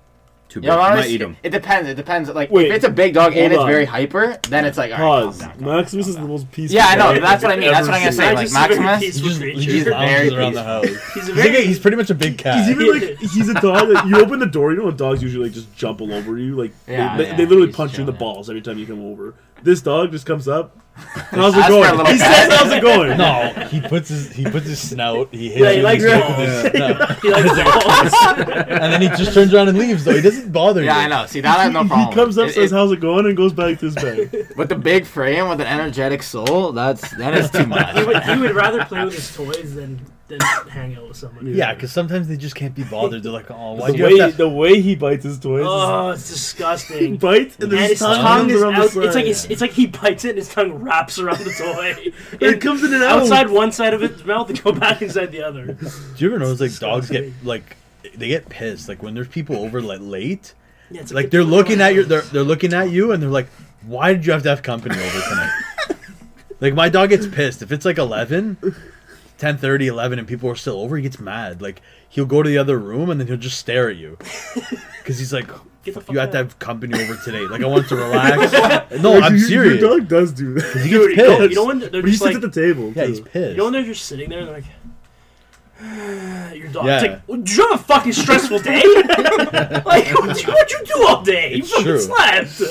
C: too big.
B: Yeah,
C: I might
B: honestly,
C: eat them.
B: It depends. It depends. Like,
H: Wait,
B: if it's a big dog
H: hold
B: and it's
H: on.
B: very hyper, then it's like, all right, calm
H: Pause.
B: down, calm down,
H: Maximus
B: calm
H: is the
B: down.
H: most peaceful.
B: Yeah, I know.
H: guy
B: That's what I
H: I've
B: mean. That's
H: ever
B: what I'm gonna
H: seen.
B: say.
D: He's
B: Like
D: just a very
B: Maximus,
D: peaceful creature.
E: he lounges around the house.
D: He's a
E: He's, like a-
D: very
E: he's pretty much a big cat.
H: He's even like he's a dog. Like, you open the door, you know when dogs usually like just jump all over you. Like
B: Yeah,
H: they,
B: yeah,
H: they literally
B: he's
H: punch you in the
B: chilling.
H: balls every time you come over. This dog just comes up. How's it
B: Ask for a
H: going?
B: little
H: He
B: pat.
H: says, "How's it going?"
E: no, he puts his he puts his snout. He hits
D: Yeah, he
E: you
D: likes
E: with
D: balls.
E: his snout.
D: he likes balls.
E: and then he just turns around and leaves. Though he doesn't bother
B: Yeah,
E: you.
B: I know. See, that I have no
H: He-
B: problem.
H: He comes up,
B: It-
H: says,
B: it-
H: "How's it going?" and goes back to his bed.
B: with the big frame with an energetic soul. That's that is too
D: he,
B: much.
D: would, he would rather play with his toys than, than hang out with someone.
E: Yeah, because sometimes they just can't be bothered. They're like, oh, why do
H: The
E: you
H: way,
E: have to?
H: the way he bites his toys, is,
D: Oh, it's
H: he
D: disgusting.
H: bites and,
D: and
H: his
D: his
H: tongue,
D: tongue
H: comes
D: is
H: around
D: out.
H: the
D: It's like
H: side.
D: it's, it's like he bites it and his tongue wraps around the toy.
H: it comes in and out.
D: outside one side of its mouth and go back inside the other.
E: Do you ever notice like dogs
D: disgusting.
E: get like they get pissed like when there's people over like late?
D: Yeah, it's
E: Like they're looking at your, they're, they're looking at you, and they're like, "Why did you have to have company over tonight?" like my dog gets pissed if it's like 11, 10, 11, and people are still over. He gets mad. Like he'll go to the other room and then he'll just stare at you because he's like,
D: Get the
E: "You
D: fuck
E: have to
D: out."
E: have company over today. Like I want to relax." no, I'm
H: Your-
E: serious.
H: Your dog does do that.
E: he gets
D: you know,
E: pissed.
D: you know when they're
H: But he
D: just
H: sits
D: like
H: at the table.
E: yeah,
H: too.
E: he's pissed.
D: you know when they're just sitting there and they're like your dog. It's
E: Yeah.
D: like, well, did you have a fucking stressful day? like, what did you, what'd you do all day? You
E: It's
D: fucking
E: true.
D: slept.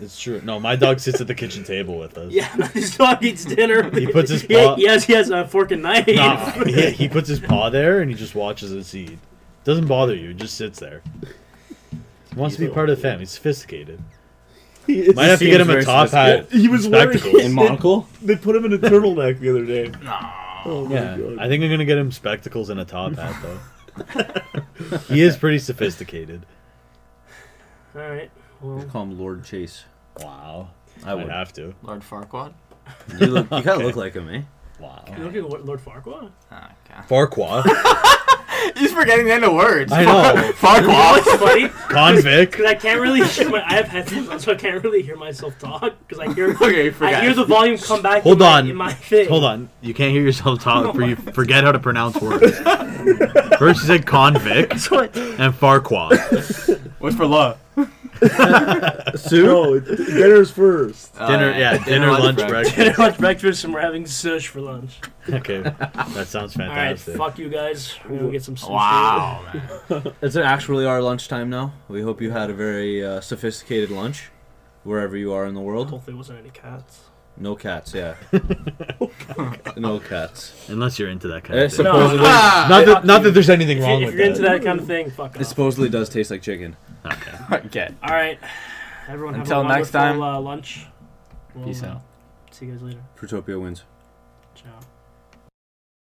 E: it's true. No, my dog sits at the kitchen table with us.
D: Yeah, his dog eats dinner.
E: He puts his
D: Yeah,
E: paw-
D: he has he has a fork and knife.
E: Nah, he, he puts his paw there and he just watches us eat. Doesn't bother you. Just sits there. He wants to be part of the family. He's sophisticated.
H: He is-
E: Might have to
C: seems
E: get him a
C: very
E: top hat.
H: He was
E: and
H: wearing-
E: spectacles.
C: In monocle.
H: They put him in a turtleneck the other day. Oh my
E: Yeah,
H: God.
E: I think I'm gonna get him spectacles and a top hat though. he is pretty sophisticated.
D: All right. Well,
C: Call him Lord Chase.
E: Wow,
C: I
E: I would
C: would.
E: have to.
B: Lord Farquaad.
C: You, look, you kind of look like him, eh?
E: Wow,
D: you look at Lord Farquaad.
B: Oh, okay.
E: Farquaad.
B: He's forgetting the end of words.
E: I know.
B: Fuck off.
D: It's funny
E: Convict.
D: because I can't really hear my. I have headphones on, so I can't really hear myself talk because I hear.
B: Okay,
D: I
B: forget.
D: hear the volume come back.
E: Hold
D: in my,
E: on.
D: in my thing.
E: Hold on. You can't hear yourself talk for you forget how to pronounce words. First you said convict
D: So I-
E: and Farquaad.
B: What's for love?
H: No, it- dinner's first.
B: Uh,
E: Dinner, yeah, dinner, lunch, breakfast.
D: dinner, lunch, breakfast, and we're having sush for lunch.
E: okay, that sounds
D: All right,
E: fantastic.
D: fuck you guys. We're gonna get some sushi.
B: Wow, man.
C: It's actually our lunchtime now. We hope you had a very uh, sophisticated lunch, wherever you are in the world.
D: Hopefully, it wasn't any cats.
C: No cats, yeah. no cats.
E: Unless you're into that kind
C: It
E: of thing.
C: supposedly,
B: Ah,
E: Uh, Not that, not that there's anything
D: If,
E: wrong
D: you,
E: with
D: are into
E: that.
D: that kind of thing, fuck
C: it
D: off.
C: supposedly does taste like chicken.
B: okay.
D: All right, everyone.
B: Until
D: have a
B: next time.
D: wonderful, Uh, lunch. We'll,
B: Peace
D: uh,
B: out.
D: See you guys later.
C: Protopia wins.